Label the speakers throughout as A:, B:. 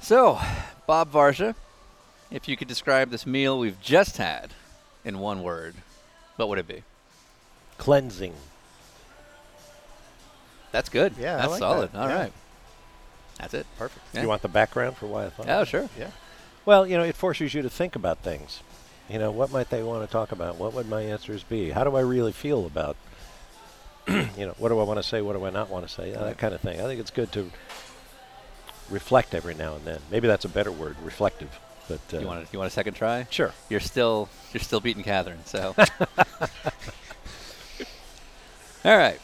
A: So, Bob Varsha, if you could describe this meal we've just had in one word, what would it be?
B: Cleansing.
A: That's good.
C: Yeah, I
A: that's
C: like
A: solid.
C: that.
A: All right,
C: Yeah.
A: that's it.
C: Perfect.
A: Yeah.
B: You want the background for why I thought?
A: Oh, sure.
C: Yeah.
B: Well, you know, it forces you to think about things. You know, what might they want to talk about? What would my answers be? How do I really feel about, you know, what do I want to say? What do I not want to say? That kind of thing. I think it's good to reflect every now and then. Maybe that's a better word, reflective. But uh,
A: You want a, you want a second try?
B: Sure.
A: You're still you're still beating Catherine. So. All right.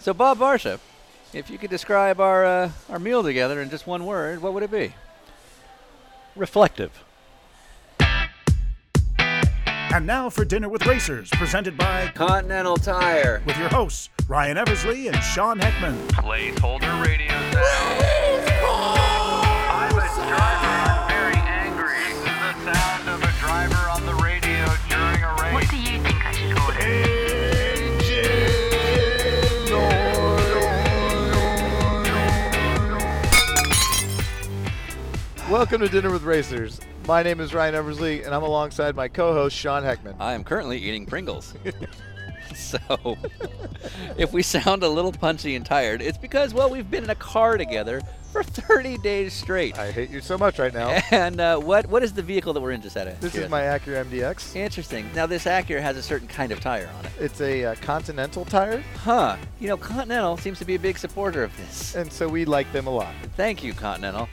A: So Bob Varsha, if you could describe our uh, our meal together in just one word, what would it be?
B: reflective.
D: And now for Dinner with Racers, presented by
A: Continental Tire.
D: with your hosts Ryan Eversley and Sean Heckman.
E: Placeholder radio sound. I'm a driver. I'm very angry. This is the sound of a driver on the radio during a race.
F: What do you think I should order?
C: Welcome to Dinner with Racers. My name is Ryan Eversley, and I'm alongside my co-host Sean Heckman.
A: I am currently eating Pringles. so, if we sound a little punchy and tired, it's because, well, we've been in a car together for 30 days straight.
C: I hate you so much right now.
A: And uh, what what is the vehicle that we're in just out of
C: This is
A: curiosity?
C: my Acura MDX.
A: Interesting. Now, this Acura has a certain kind of tire on it.
C: It's a uh, Continental tire,
A: Huh. You know, Continental seems to be a big supporter of this.
C: and so we like them a lot.
A: Thank you, Continental.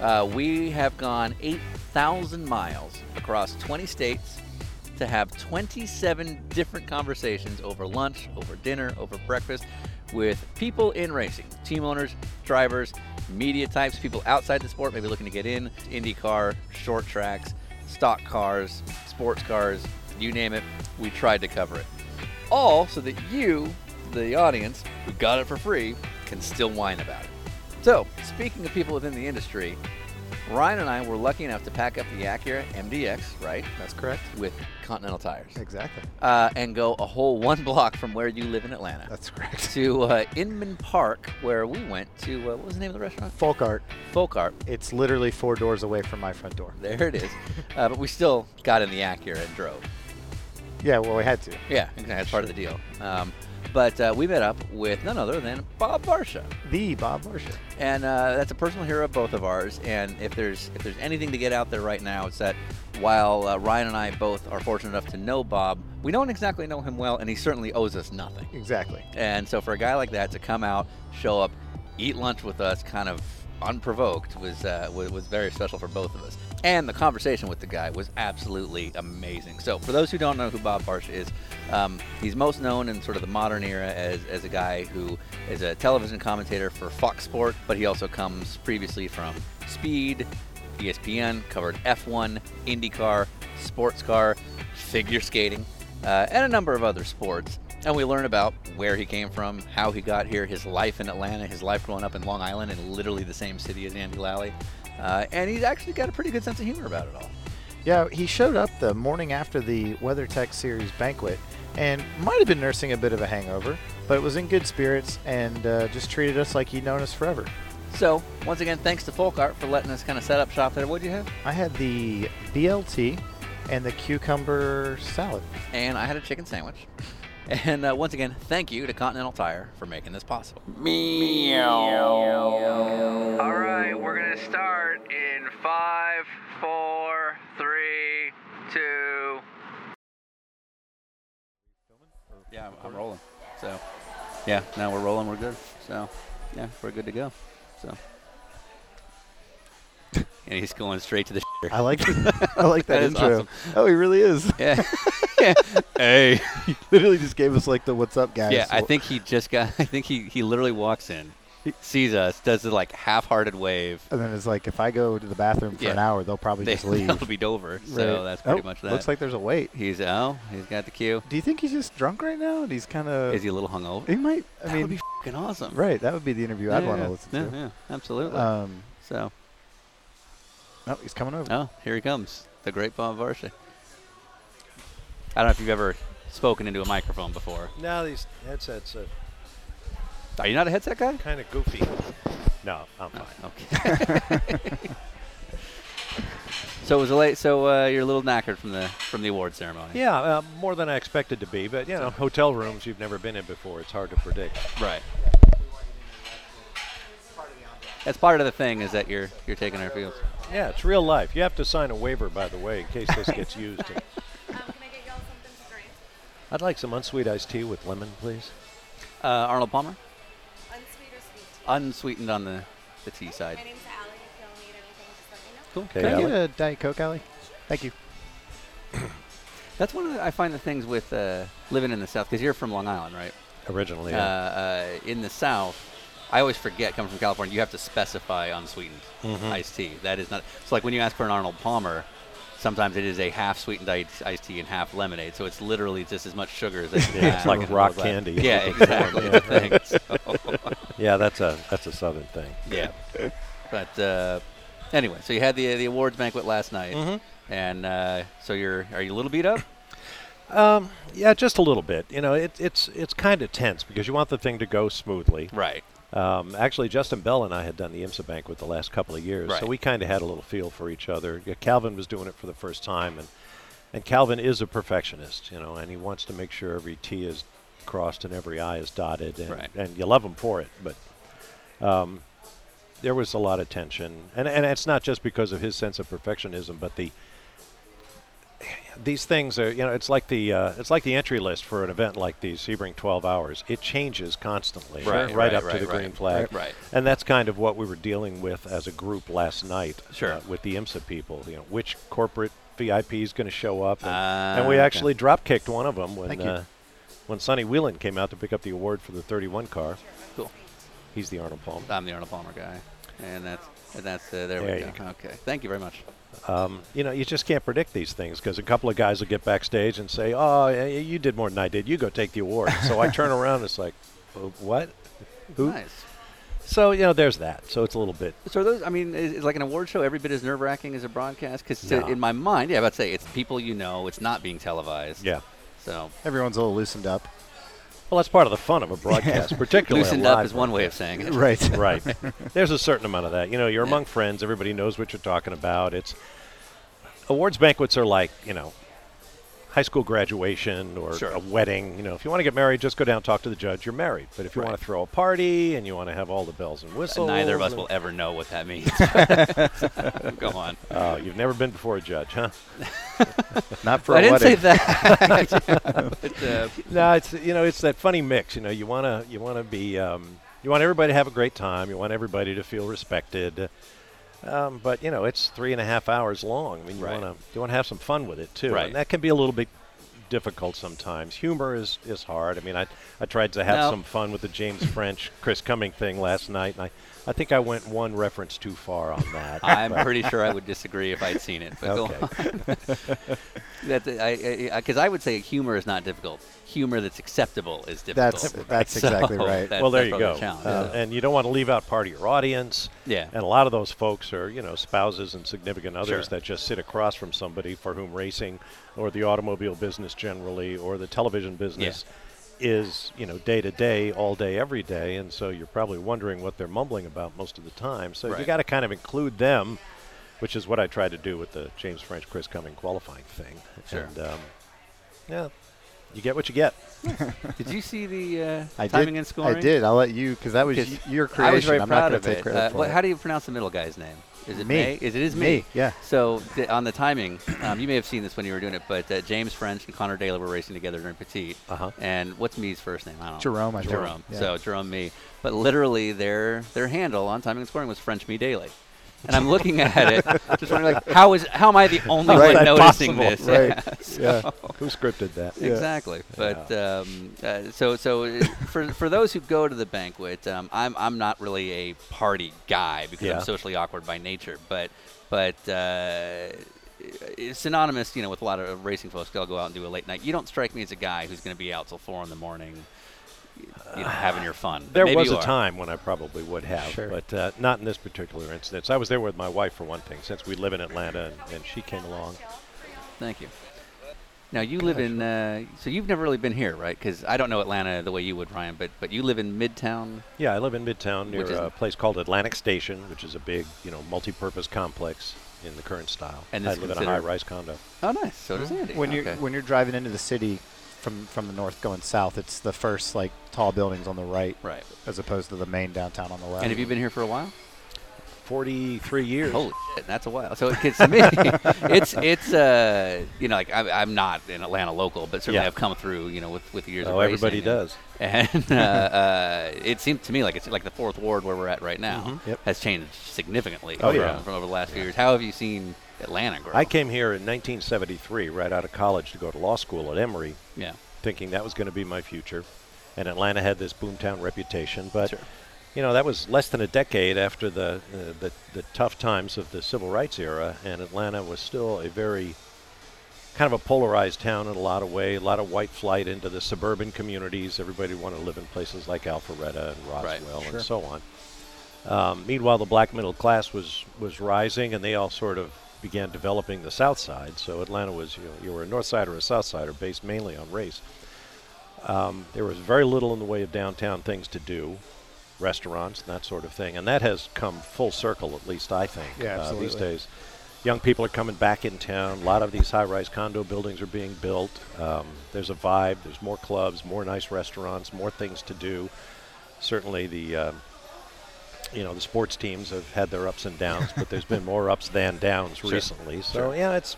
A: Uh, we have gone 8,000 miles across 20 states to have 27 different conversations over lunch, over dinner, over breakfast with people in racing team owners, drivers, media types, people outside the sport, maybe looking to get in, IndyCar, short tracks, stock cars, sports cars, you name it. We tried to cover it. All so that you, the audience, who got it for free, can still whine about it. So, speaking of people within the industry, Ryan and I were lucky enough to pack up the Acura MDX, right,
C: That's correct.
A: with Continental tires,
C: Exactly.
A: uh, and go a whole one block from where you live in Atlanta
C: That's correct.
A: to uh, Inman Park, where we went to uh, what was the name of the restaurant?
C: Folk art.
A: Folk Art.
C: It's literally four doors away from my front door.
A: There it is. uh, but we still got in the Acura and drove.
C: Yeah, well, we had to.
A: Yeah, exactly. That's part of the deal. Um, but uh, we met up with none other than Bob Barsha.
C: The Bob Marshall.
A: and uh, that's a personal hero of both of ours. And if there's if there's anything to get out there right now, it's that while uh, Ryan and I both are fortunate enough to know Bob, we don't exactly know him well, and he certainly owes us nothing.
C: Exactly.
A: And so for a guy like that to come out, show up, eat lunch with us, kind of unprovoked, was uh, was, was very special for both of us. And the conversation with the guy was absolutely amazing. So for those who don't know who Bob Barsh is, um, he's most known in sort of the modern era as, as a guy who is a television commentator for Fox Sport, but he also comes previously from Speed, E ESPN, covered F1, IndyCar, sports car, figure skating, uh, and a number of other sports. And we learn about where he came from, how he got here, his life in Atlanta, his life growing up in Long Island, in literally the same city as Andy Lally. Uh, and he's actually got a pretty good sense of humor about it all.
C: Yeah, he showed up the morning after the WeatherTech Series banquet and might have been nursing a bit of a hangover, but was in good spirits and uh, just treated us like he'd known us forever.
A: So, once again, thanks to Folk Art for letting us kind of set up shop there. What'd you have?
C: I had the BLT and the cucumber salad.
A: And I had a chicken sandwich. And uh, once again, thank you to Continental Tire for making this possible.
E: All right, we're gonna start in five, four, three, two.
A: Yeah, I'm, I'm rolling. So, yeah, now we're rolling. We're good. So, yeah, we're good to go. So, and he's going straight to the.
C: I like I like that,
A: That is
C: intro.
A: awesome.
C: Oh, he really is.
A: Yeah. hey.
C: He literally just gave us like the what's up guys.
A: Yeah, I think he just got. I think he he literally walks in, sees us, does the like half-hearted wave.
C: And then it's like if I go to the bathroom for
A: Yeah.
C: an hour, they'll probably
A: They,
C: just leave.
A: that'll be Dover. So
C: Right.
A: that's pretty
C: Oh,
A: much that.
C: Looks like there's a wait.
A: he's oh, he's got the cue.
C: Do you think he's just drunk right now? And he's kind of.
A: Is he a little hungover?
C: Uh, He might. I
A: that
C: mean,
A: would be fucking awesome.
C: right. That would be the interview I'd
A: Yeah,
C: want to
A: yeah,
C: listen
A: yeah,
C: to.
A: Yeah, absolutely.
C: Um,
A: so,
C: oh, he's coming over.
A: oh, here he comes, the great Bob Varsha. I don't know if you've ever spoken into a microphone before.
B: Now these headsets are
A: Are you not a headset guy?
B: kind of goofy. No, I'm fine.
A: Okay. So it was a late. So uh, you're a little knackered from the from the award ceremony.
B: Yeah, uh, more than I expected to be, but you know, hotel rooms you've never been in before, it's hard to predict.
A: Right. That's part of the thing is that you're you're taking our fields.
B: Yeah, it's real life. You have to sign a waiver, by the way, in case this gets used.
F: Um, can I get y'all something to drink?
B: I'd like some unsweet iced tea with lemon, please.
A: Uh, Arnold Palmer,
F: Unsweet or sweet?
A: unsweetened on the the tea side.
F: My name's Allie. If
A: Cool.
F: y'all need anything, just let me know.
B: Okay,
C: Can I
B: Alec.
C: get a Diet Coke, Allie? Thank you.
A: That's one of the, I find the things with uh, living in the South because you're from Long Island, right?
B: Originally,
A: Uh,
B: yeah.
A: uh, in the South, I always forget coming from California, you have to specify unsweetened
B: Mm-hmm.
A: iced tea. That is not so. Like when you ask for an Arnold Palmer, sometimes it is a half sweetened iced, iced tea and half lemonade. So it's literally just as much sugar as they can
B: Yeah, it's
A: have
B: like
A: in
B: rock
A: those lab-
B: candy.
A: Yeah, exactly. the thing. So,
B: yeah, that's a that's a southern thing.
A: yeah, but uh, anyway, so you had the the awards banquet last night,
B: Mm-hmm.
A: and uh, so you're are you a little beat up?
B: Um, yeah, just a little bit. You know, it, it's it's kind of tense because you want the thing to go smoothly.
A: right.
B: Um, actually, Justin Bell and I had done the IMSA banquet the last couple of years,
A: Right.
B: so we kind of had a little feel for each other. Yeah, Calvin was doing it for the first time, and and Calvin is a perfectionist, you know, and he wants to make sure every T is crossed and every I is dotted, and,
A: Right.
B: and you love him for it. But um, there was a lot of tension, and and it's not just because of his sense of perfectionism, but the these things are, you know, it's like the uh, it's like the entry list for an event like the Sebring 12 Hours. It changes constantly,
A: Right,
B: right,
A: right,
B: up
A: right,
B: to the
A: right.
B: green flag,
A: Right, right.
B: And that's kind of what we were dealing with as a group last night,
A: Sure.
B: uh, with the IMSA people. You know, which corporate VIP is going to show up, and,
A: Ah,
B: and we
A: okay.
B: actually drop kicked one of them when
C: Thank you.
B: uh, when Sonny Whelan came out to pick up the award for the 31 car.
A: Cool.
B: He's the Arnold Palmer.
A: I'm the Arnold Palmer guy, and that's and that's uh, there,
B: There
A: we
B: you
A: go.
B: go.
A: Okay, thank you very much.
B: you know, you just can't predict these things because a couple of guys will get backstage and say, "Oh, y- you did more than I did. You go take the award." so I turn around, it's like, "Oh, "What? Who?"
A: Nice.
B: So you know, there's that. So it's a little bit.
A: So are those, I mean, is, is like an award show every bit as nerve wracking as a broadcast? Because
B: No.
A: in my mind, yeah, I'd say it's people you know. It's not being televised.
B: Yeah.
A: So
C: Everyone's a little loosened up.
B: Well, that's part of the fun of a broadcast, particularly a
A: loosened up
B: live
A: is one way of saying it.
C: Right.
B: one. right. There's a certain amount of that. You know, you're among friends. Everybody knows what you're talking about. It's awards banquets are like you know. High school graduation or
A: Sure.
B: a wedding, you know, if you want to get married, just go down and talk to the judge. You're married, but if you
A: Right.
B: want to throw a party and you want to have all the bells and whistles,
A: Neither of us
B: and-
A: will ever know what that means. Go on.
B: Oh, you've never been before a judge, huh?
C: Not for
A: I
C: a
A: didn't say
C: wedding.
A: that. but, uh,
B: No, it's you know it's that funny mix. You know, you wanna you wanna be um, you want everybody to have a great time. You want everybody to feel respected. Um, but you know, it's three and a half hours long. I mean, you
A: Right.
B: wanna you wanna have some fun with it too,
A: Right.
B: and that can be a little bit difficult sometimes. Humor is is hard. I mean, I I tried to have
A: No.
B: some fun with the James French Chris Cumming thing last night, and I I think I went one reference too far on that.
A: I'm pretty sure I would disagree if I'd seen it. But
B: okay.
A: go on. That's, I, I, because I would say humor is not difficult. Humor that's acceptable is difficult.
C: That's- that's exactly right.
A: that's-
B: well, there
A: that's
B: you
A: part of
B: go.
A: the challenge,
B: Uh,
A: so.
B: and you don't want to leave out part of your audience.
A: Yeah.
B: And a lot of those folks are, you know, spouses and significant others
A: Sure.
B: that just sit across from somebody for whom racing or the automobile business generally or the television business is, you know, day to day, all day, every day. And so you're probably wondering what they're mumbling about most of the time. So you
A: Right.
B: got to kind of include them, which is what I tried to do with the James French Chris Cumming qualifying thing.
A: Sure.
B: And, um, yeah, you get what you get.
A: Did you see the uh,
C: I did.
A: timing and scoring?
C: I did. I'll let you because that was y-
A: 'Cause
C: your creation.
A: I was very
C: am not
A: proud
C: gonna
A: of
C: take
A: it.
C: credit
A: Uh,
C: for
A: what-
C: it.
A: How do you pronounce the middle guy's name? Is it
C: Me.
A: May? Is it is
C: Me,
A: me?
C: yeah.
A: So th- on the timing, um, you may have seen this when you were doing it, but uh, James French and Connor Daly were racing together during Petit.
B: Uh-huh.
A: And what's me's first name? I don't know.
C: Jerome, I think.
A: Jerome.
C: Yeah.
A: So Jerome me. But literally their their handle on timing and scoring was French me Daily. And I'm looking at it, just wondering like, how is how am I the only
C: Right,
A: one
C: that's
A: noticing
C: possible.
A: this?
C: Right.
A: Yeah. So-
C: Yeah.
B: Who scripted that?
A: Exactly. But um, uh, so so uh, for for those who go to the banquet, um, I'm I'm not really a party guy because
B: Yeah.
A: I'm socially awkward by nature. But but uh, it's synonymous, you know, with a lot of racing folks. They'll go out and do a late night. You don't strike me as a guy who's going to be out till four in the morning, you know, having your fun. But
B: There
A: maybe
B: was
A: you
B: a
A: are.
B: time when I probably would have,
C: Sure.
B: but uh, not in this particular instance. I was there with my wife for one thing, since we live in Atlanta, and, and she came along.
A: Thank you. Now you live in uh, so you've never really been here, right? Because I don't know Atlanta the way you would, Ryan. But but you live in Midtown.
B: Yeah, I live in Midtown near
A: Which is-
B: a place called Atlantic Station, which is a big, you know, multi-purpose complex. in the current style.
A: And
B: I
A: it's
B: live in a
A: considered-
B: high-rise condo.
A: Oh, nice. So does Andy.
C: When you're
A: Okay.
C: when you're driving into the city from from the north going south, it's the first like tall buildings on the right,
A: right.
C: as opposed to the main downtown on the left.
A: And have you been here for a while?
B: Forty-three years.
A: Holy shit, that's a while. So it gets to me. it's it's uh you know like I'm, I'm not an Atlanta local, but certainly
B: Yeah.
A: I've come through you know with with the years.
B: Oh,
A: of racing
B: everybody
A: and-
B: does.
A: And uh, uh, it seems to me like it's like the fourth ward where we're at right now
C: Yep.
A: has changed significantly
B: Mm-hmm. Oh,
A: from,
B: yeah.
A: from over the last few years. How have you seen Atlanta grow?
B: I came here in 1973, right out of college, to go to law school at Emory,
A: yeah.
B: thinking that was going to be my future. And Atlanta had this boomtown reputation, but
A: Sure.
B: you know that was less than a decade after the, uh, the the tough times of the civil rights era, and Atlanta was still a very kind of a polarized town in a lot of way. A lot of white flight into the suburban communities. Everybody wanted to live in places like Alpharetta and
A: Right,
B: Roswell
C: sure.
B: and so on. Um, meanwhile, the black middle class was was rising, and they all sort of began developing the South Side. So Atlanta was you, know, you were a North Side or a South Sider based mainly on race. Um, there was very little in the way of downtown things to do, restaurants and that sort of thing, and that has come full circle. At least I think
C: Yeah,
B: uh, these
C: absolutely.
B: days, young people are coming back in town. A lot of these high-rise condo buildings are being built. Um, there's a vibe. There's more clubs, more nice restaurants, more things to do. Certainly the um, you know the sports teams have had their ups and downs, but there's been more ups than downs recently. So
A: Sure.
B: yeah, it's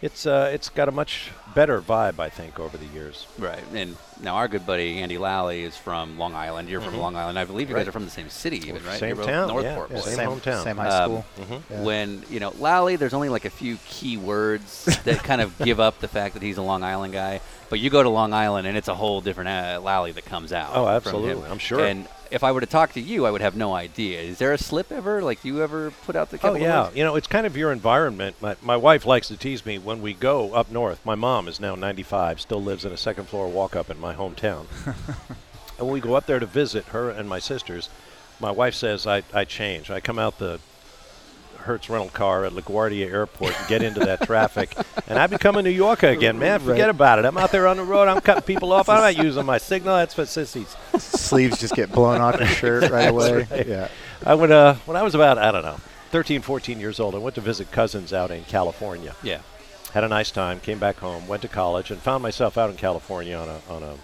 B: it's uh, it's got a much better vibe, I think, over the years.
A: Right, and now our good buddy Andy Lally is from Long Island. You're from Long Island. I believe you guys
B: Mm-hmm. Right.
A: are from the same city, even right?
B: same
A: You're both
B: town, yeah,
A: Northport.
B: yeah,
A: boys.
B: same hometown.
C: same high
A: Um,
C: school. Yeah.
A: When you know Lally, there's only like a few key words that kind of give up the fact that he's a Long Island guy. But you go to Long Island, and it's a whole different uh, Lally that comes out.
B: Oh,
A: from him.
B: absolutely. I'm sure.
A: And if I were to talk to you, I would have no idea. Is there a slip ever? Like, do you ever put out the?
B: Oh
A: couple of
B: yeah,
A: those?
B: you know it's kind of your environment. My, my wife likes to tease me when we go up north. My mom is now 95, still lives in a second floor walk up in my hometown. and when we go up there to visit her and my sisters, my wife says I, I change. I come out the Hertz rental car at LaGuardia Airport and get into that traffic, and I become a New Yorker again, man. Forget about it. I'm out there on the road. I'm cutting people off. I'm not using my signal. That's for sissies.
C: Sleeves just get blown off your shirt right away.
B: right.
C: Yeah.
B: I would, uh, when I was about, I don't know, 13, 14 years old, I went to visit cousins out in California.
A: Yeah.
B: Had a nice time, came back home, went to college, and found myself out in California on a, on a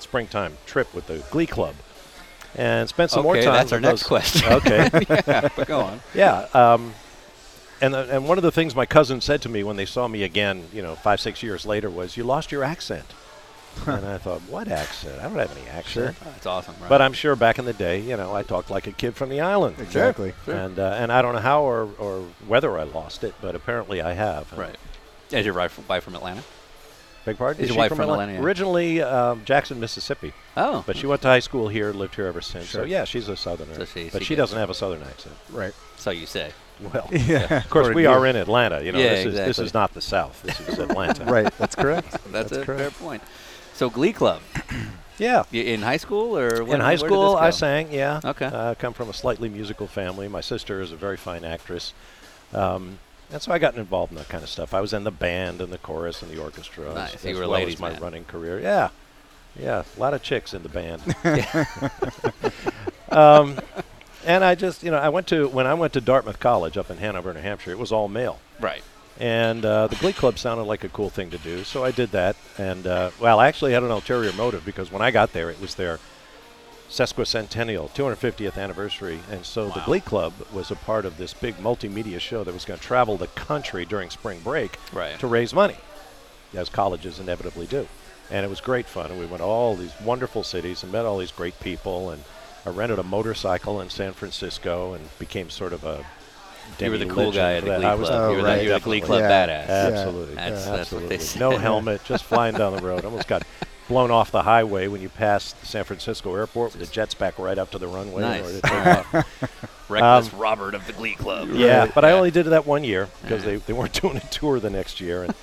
B: springtime trip with the Glee Club. And spent some more
A: Okay,
B: time.
A: that's our
B: with
A: next
B: those-
A: question.
B: Okay.
A: yeah, but go on.
B: Yeah. Um, and, the, and one of the things my cousin said to me when they saw me again, you know, five, six years later was, You lost your accent. And I thought, What accent? I don't have any accent.
A: That's awesome. Right?
B: But I'm sure back in the day, you know, I talked like a kid from the island.
C: Exactly.
B: And uh, and I don't know how or, or whether I lost it, but apparently I have. And-
A: right. Is your wife wife from Atlanta?
B: Beg pardon?
A: Is your
B: she
A: wife from Atlanta, yeah.
B: Originally um, Jackson, Mississippi.
A: Oh,
B: But she went to high school here, lived here ever since. So
C: Sure.
B: yeah, she's a southerner.
A: So she-
B: but
A: she
B: she
A: gets
B: doesn't have a southern accent.
C: Right.
A: so you say.
B: Well,
C: Yeah.
B: of course we are in Atlanta. You know,
A: Yeah,
B: this is this
A: exactly.
B: is not the South. This is Atlanta.
C: Right. That's correct.
A: That's, a
C: correct.
A: fair point. So Glee Club
B: Yeah.
A: Y- in high school or when,
B: in high
A: where did this
B: school, I
A: go?
B: sang. Yeah.
A: Okay.
B: Uh, I come from a slightly musical family. My sister is a very fine actress, um, and so I got involved in that kind of stuff. I was in the band and the chorus and the orchestra.
A: Nice.
B: as,
A: You
B: as
A: were a
B: well
A: ladies'
B: as my
A: man.
B: running career. Yeah. Yeah. A lot of chicks in the band.
A: Yeah.
B: um, and I just, you know, I went to when I went to Dartmouth College up in Hanover, New Hampshire. It was all male.
A: Right.
B: And uh, the Glee Club sounded like a cool thing to do, so I did that. And uh, well, I actually had an ulterior motive because when I got there, it was their sesquicentennial, 250th anniversary, and so the Glee Club was a part of this big multimedia show that was going to travel the country during spring break
A: Right.
B: to raise money, as colleges inevitably do. And it was great fun. And we went to all these wonderful cities and met all these great people. And I rented a motorcycle in San Francisco and became sort of a
A: You were the cool
B: demi-legend
A: guy at
B: for
A: the
B: that.
A: Glee
B: I
A: Club.
B: was
C: Oh,
A: you were
C: right,
A: the, you were the Glee
B: definitely.
A: Club badass.
C: Yeah.
B: Absolutely.
A: That's- that's what they
B: absolutely.
A: say.
B: No helmet, just flying down the road. Almost got blown off the highway when you passed the San Francisco airport with the jets back right up to the runway. in order
A: Nice.
B: to take off.
A: Reckless Robert of the Glee Club.
B: Yeah, but I only did that one year because they, they weren't doing a tour the next year, and,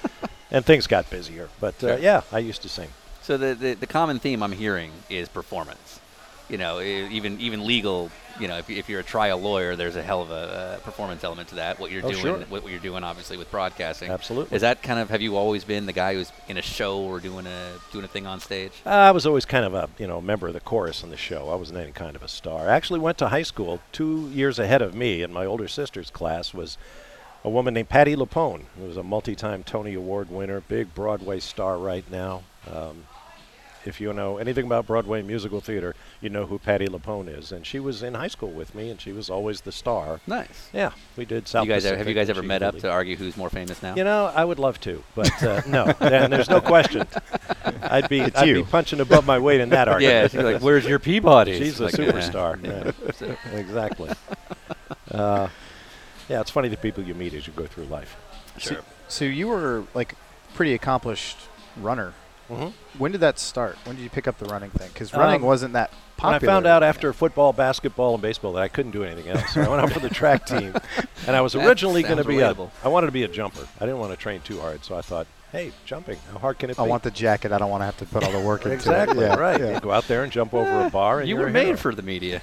B: and things got busier. But uh,
A: Sure.
B: yeah, I used to sing.
A: So the, the the common theme I'm hearing is performance. You know, e- even even legal. You know, if, you- if you're a trial lawyer, there's a hell of a uh, performance element to that. What you're
B: Oh,
A: doing,
B: sure.
A: what you're doing, obviously with broadcasting.
B: Absolutely.
A: Is that kind of have you always been the guy who's in a show or doing a doing a thing on stage?
B: Uh, I was always kind of a you know member of the chorus in the show. I wasn't any kind of a star. I actually went to high school two years ahead of me, and my older sister's class was a woman named Patty Lapone, who was a multi-time Tony Award winner, big Broadway star right now. Um, if you know anything about Broadway musical theater, you know who Patty Lapone is, and she was in high school with me, and she was always the star.
A: Nice.
B: Yeah, we did South.
A: Hmm. you guys ever,
B: Pacific
A: have you guys
B: and
A: ever
B: she
A: met up
B: really-
A: to argue who's more famous now?
B: you know, I would love to, but uh, no, and there's no question. I'd be I'd be
C: you.
B: punching above my weight in that argument.
A: yeah, she's like, where's your Peabody?
B: She's a
A: Like, yeah.
B: superstar. Yeah. exactly. Uh, yeah, it's funny the people you meet as you go through life.
A: Sure.
C: So you were like pretty accomplished runner.
B: Mhm.
C: When did that start? When did you pick up the running thing? Because running
B: Um,
C: wasn't that
B: When
C: popular.
B: I found out after football, basketball, and baseball that I couldn't do anything else, so I went out for the track team, and I was
A: That
B: originally going to
A: sounds
B: be a,
A: relatable.
B: I wanted to be a jumper. I didn't want to train too hard, so I thought, hey, jumping, how hard can it
C: I
B: be?
C: want the jacket. I don't want to have to put all the work into
B: exactly
C: it. Yeah,
B: right.
C: yeah.
B: You go out there and jump over a bar, and
A: You
B: you're
A: were
B: a
A: made
B: hero.
A: for the media.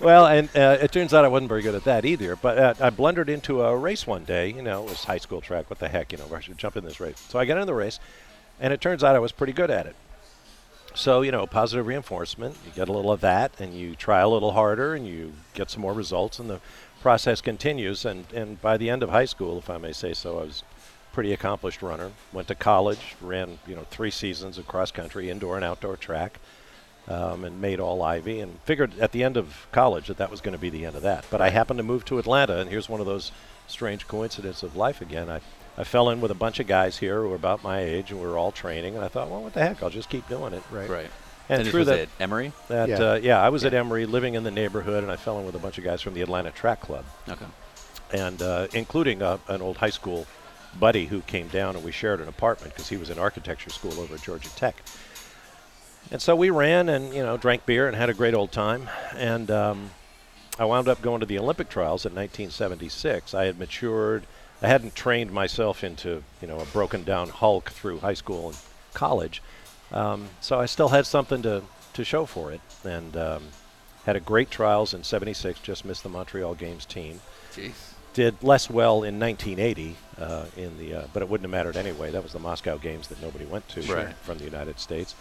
B: Well, and uh, it turns out I wasn't very good at that either. But uh, I blundered into a race one day. You know, it was high school track. What the heck? You know, I should jump in this race. So I got into the race, and it turns out I was pretty good at it. So you know, positive reinforcement. You get a little of that, and you try a little harder, and you get some more results, and the process continues. And and by the end of high school, if I may say so, I was a pretty accomplished runner. Went to college, ran you know three seasons of cross country, indoor and outdoor track um, and made all Ivy and figured at the end of college that that was going to be the end of that. But I happened to move to Atlanta, and here's one of those strange coincidences of life again. I, I fell in with a bunch of guys here who were about my age, and we were all training, and I thought, well, what the heck? I'll just keep doing it.
C: Right.
A: right.
B: And
A: this
B: through
A: was
B: that-
A: it. Emory.
B: That,
C: Yeah.
B: yeah. Uh, yeah, I was at Emory living in the neighborhood, and I fell in with a bunch of guys from the Atlanta Track Club
A: Okay.
B: and uh, including uh, an old high school buddy who came down and we shared an apartment because he was in architecture school over at Georgia Tech. And so we ran and you know drank beer and had a great old time. And um, I wound up going to the Olympic trials in 1976. I had matured. I hadn't trained myself into you know a broken down Hulk through high school and college. Um, so I still had something to, to show for it, and um, had a great trials in '76. Just missed the Montreal Games team
A: Jeez.
B: did less well in 1980 uh, in the, uh, but it wouldn't have mattered anyway. That was the Moscow Games that nobody went to
A: Sure.
B: from- from the United States.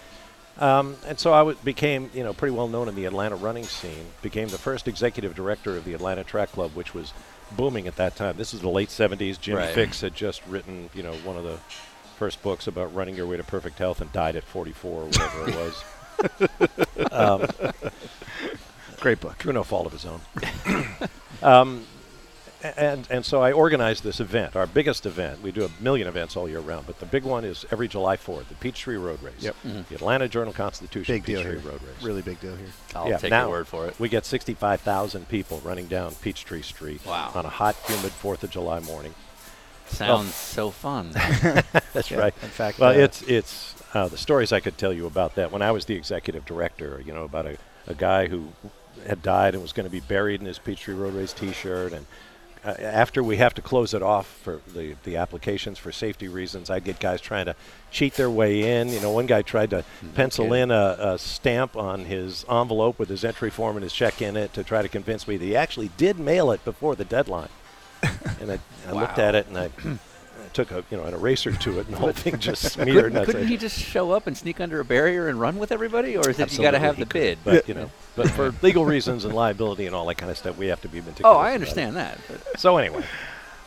B: Um, and so I w- became, you know, pretty well known in the Atlanta running scene. Became the first executive director of the Atlanta Track Club, which was booming at that time. This is the late 70s. Jimmy
A: Right.
B: Fix had just written, you know, one of the first books about running your way to perfect health and died at 44 or whatever it was.
C: Great book.
B: through no fault of his own. um, a- and and so I organized this event, our biggest event. We do a million events all year round, but the big one is every July 4th, the Peachtree Road Race.
C: Yep.
B: The Atlanta Journal Constitution
C: Big deal
B: Peachtree
C: here.
B: Road Race.
C: Really big deal here.
A: I'll
B: yeah,
A: take
B: now
A: your word for it.
B: We get 65,000 people running down Peachtree Street
A: Wow.
B: on a hot, humid 4th of July morning. Oh.
A: Sounds so fun.
B: That's
C: Yeah,
B: right.
C: in fact,
B: well,
C: uh,
B: it's it's uh, the stories I could tell you about that. When I was the executive director, you know, about a, a guy who had died and was going to be buried in his Peachtree Road Race T-shirt, and uh, after we have to close it off for the the applications for safety reasons, I get guys trying to cheat their way in. You know, one guy tried to
C: Mm,
B: pencil
A: kidding.
B: in a, a stamp on his envelope with his entry form and his check in it to try to convince me that he actually did mail it before the deadline. And I, I looked
A: Wow.
B: at it and I, I took a you know an eraser to it and the whole thing just smeared. and I
A: Couldn't
B: said,
A: he just show up and sneak under a barrier and run with everybody, or is it you got to
B: "Absolutely,
A: have
B: he
A: the bid?
B: could," But you know, but for legal reasons and liability and all that kind of stuff, we have to be meticulous.
A: oh, I
B: about it.
A: understand that.
B: So anyway,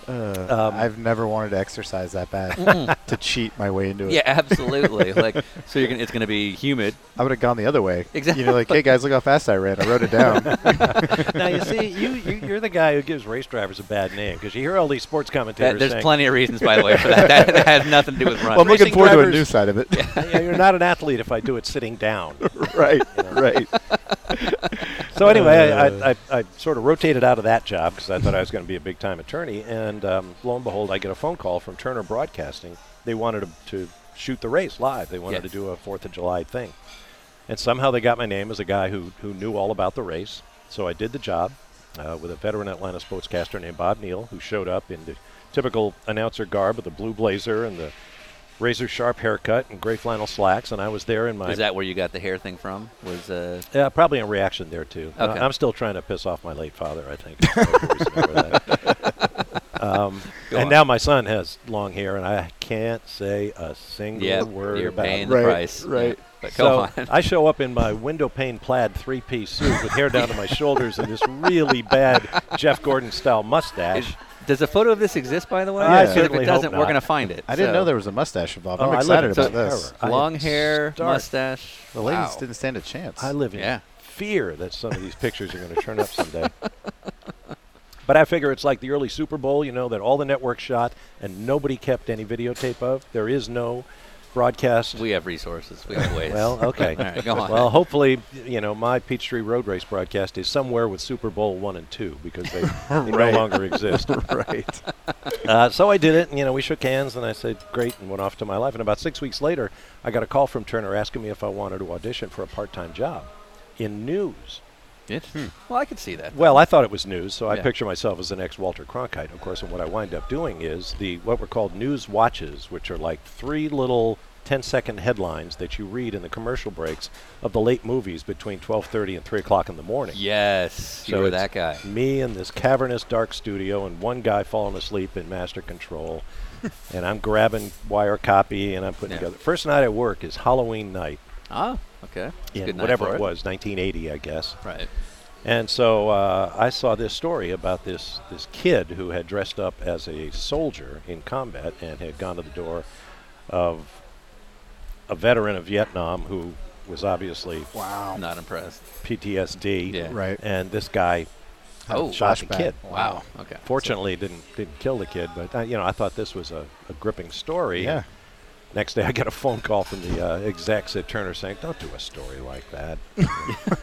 B: uh,
C: I've never wanted to exercise that bad um, to cheat my way into it.
A: Yeah, absolutely. like, so you're gonna, it's going to be humid.
C: I would have gone the other way. You
A: Exactly.
C: know, like, hey guys, look how fast I ran. I wrote it down.
B: now you see, you, you you're the guy who gives race drivers a bad name because you hear all these sports
A: That,
B: commentators.
A: there's
B: saying,
A: plenty of reasons, by the way, for that. That, that has nothing to do with running.
C: well, I'm looking
B: Racing
C: forward to a
B: drivers-
C: new side of it.
B: "Yeah, "You're not an athlete if I do it sitting down."
C: right, right.
B: So anyway, I, I, I, I sort of rotated out of that job because I thought I was going to be a big time attorney, and um, lo and behold, I get a phone call from Turner Broadcasting. They wanted to, to shoot the race live. They wanted
A: Yeah.
B: to do a Fourth of July thing, and somehow they got my name as a guy who who knew all about the race. So I did the job uh, with a veteran Atlanta sportscaster named Bob Neal, who showed up in the typical announcer garb with the blue blazer and the razor sharp haircut and gray flannel slacks, and I was there in my
A: Is that where you got the hair thing from? Was uh,
B: yeah, probably in reaction there too. Uh,
A: Okay.
B: I- I'm still trying to piss off my late father. I think. is the reason for that. Um,
A: Go
B: and
A: on.
B: now my son has long hair, and I can't say a single
A: Yeah,
B: word
A: you're
B: about
A: paying
B: it.
A: the
C: Right,
A: price. Yeah.
C: right.
A: But
B: So
A: go on.
B: I show up in my window pane plaid three piece suit with hair down to my shoulders and this really bad Jeff Gordon style mustache.
A: Is- does a photo of this exist, by the way?
B: I
A: Because if
B: certainly
A: it
B: hope
A: doesn't, we're
B: not.
A: going to find it.
C: I didn't
A: So,
C: know there was a mustache involved.
B: Oh, I
C: I'm
B: live
C: excited
B: in
C: about
B: terror.
C: this.
B: I
A: long
B: am
A: hair,
B: stark.
A: mustache.
C: The ladies
A: Wow.
C: didn't stand a chance.
B: I live in
A: Yeah.
B: fear that some of these pictures are going to turn up someday. But I figure it's like the early Super Bowl, you know, that all the networks shot and nobody kept any videotape of. There is no broadcast.
A: We have resources. We have ways.
B: well, okay.
A: All right, go on.
B: Well, hopefully, you know, my Peachtree Road Race broadcast is somewhere with Super Bowl one and two because they, they no
C: Right.
B: longer exist.
C: right.
B: Uh, so I did it, and you know, we shook hands, and I said, "Great," and went off to my life. And about six weeks later, I got a call from Turner asking me if I wanted to audition for a part-time job in news.
A: It- hmm. Well, I could see that.
B: Well, I thought it was news, so I
A: Yeah.
B: picture myself as the next Walter Cronkite, of course. And what I wind up doing is the what were called news watches, which are like three little 10-second headlines that you read in the commercial breaks of the late movies between 12:30 and 3 o'clock in the morning.
A: yes, you
B: So
A: were
B: it's
A: that guy.
B: Me in this cavernous dark studio, and one guy falling asleep in master control, and I'm grabbing wire copy and I'm putting
A: Yeah.
B: together. First night at work is Halloween night
A: Ah, okay.
B: in
A: Good night
B: whatever
A: for
B: it was, 1980, I guess.
A: Right.
B: And so uh, I saw this story about this this kid who had dressed up as a soldier in combat and had gone to the door of a veteran of Vietnam who was obviously
C: Wow.
A: Not impressed.
B: PTSD.
A: Yeah.
C: Right.
B: And this guy
A: Oh,
B: shot the
C: flashback.
B: kid.
A: Wow. Okay.
B: Fortunately, it didn't didn't kill the kid, but uh, you know, I thought this was a, a gripping story.
C: Yeah.
B: Next day, I got a phone call from the uh, execs at Turner saying, "Don't do a story like that."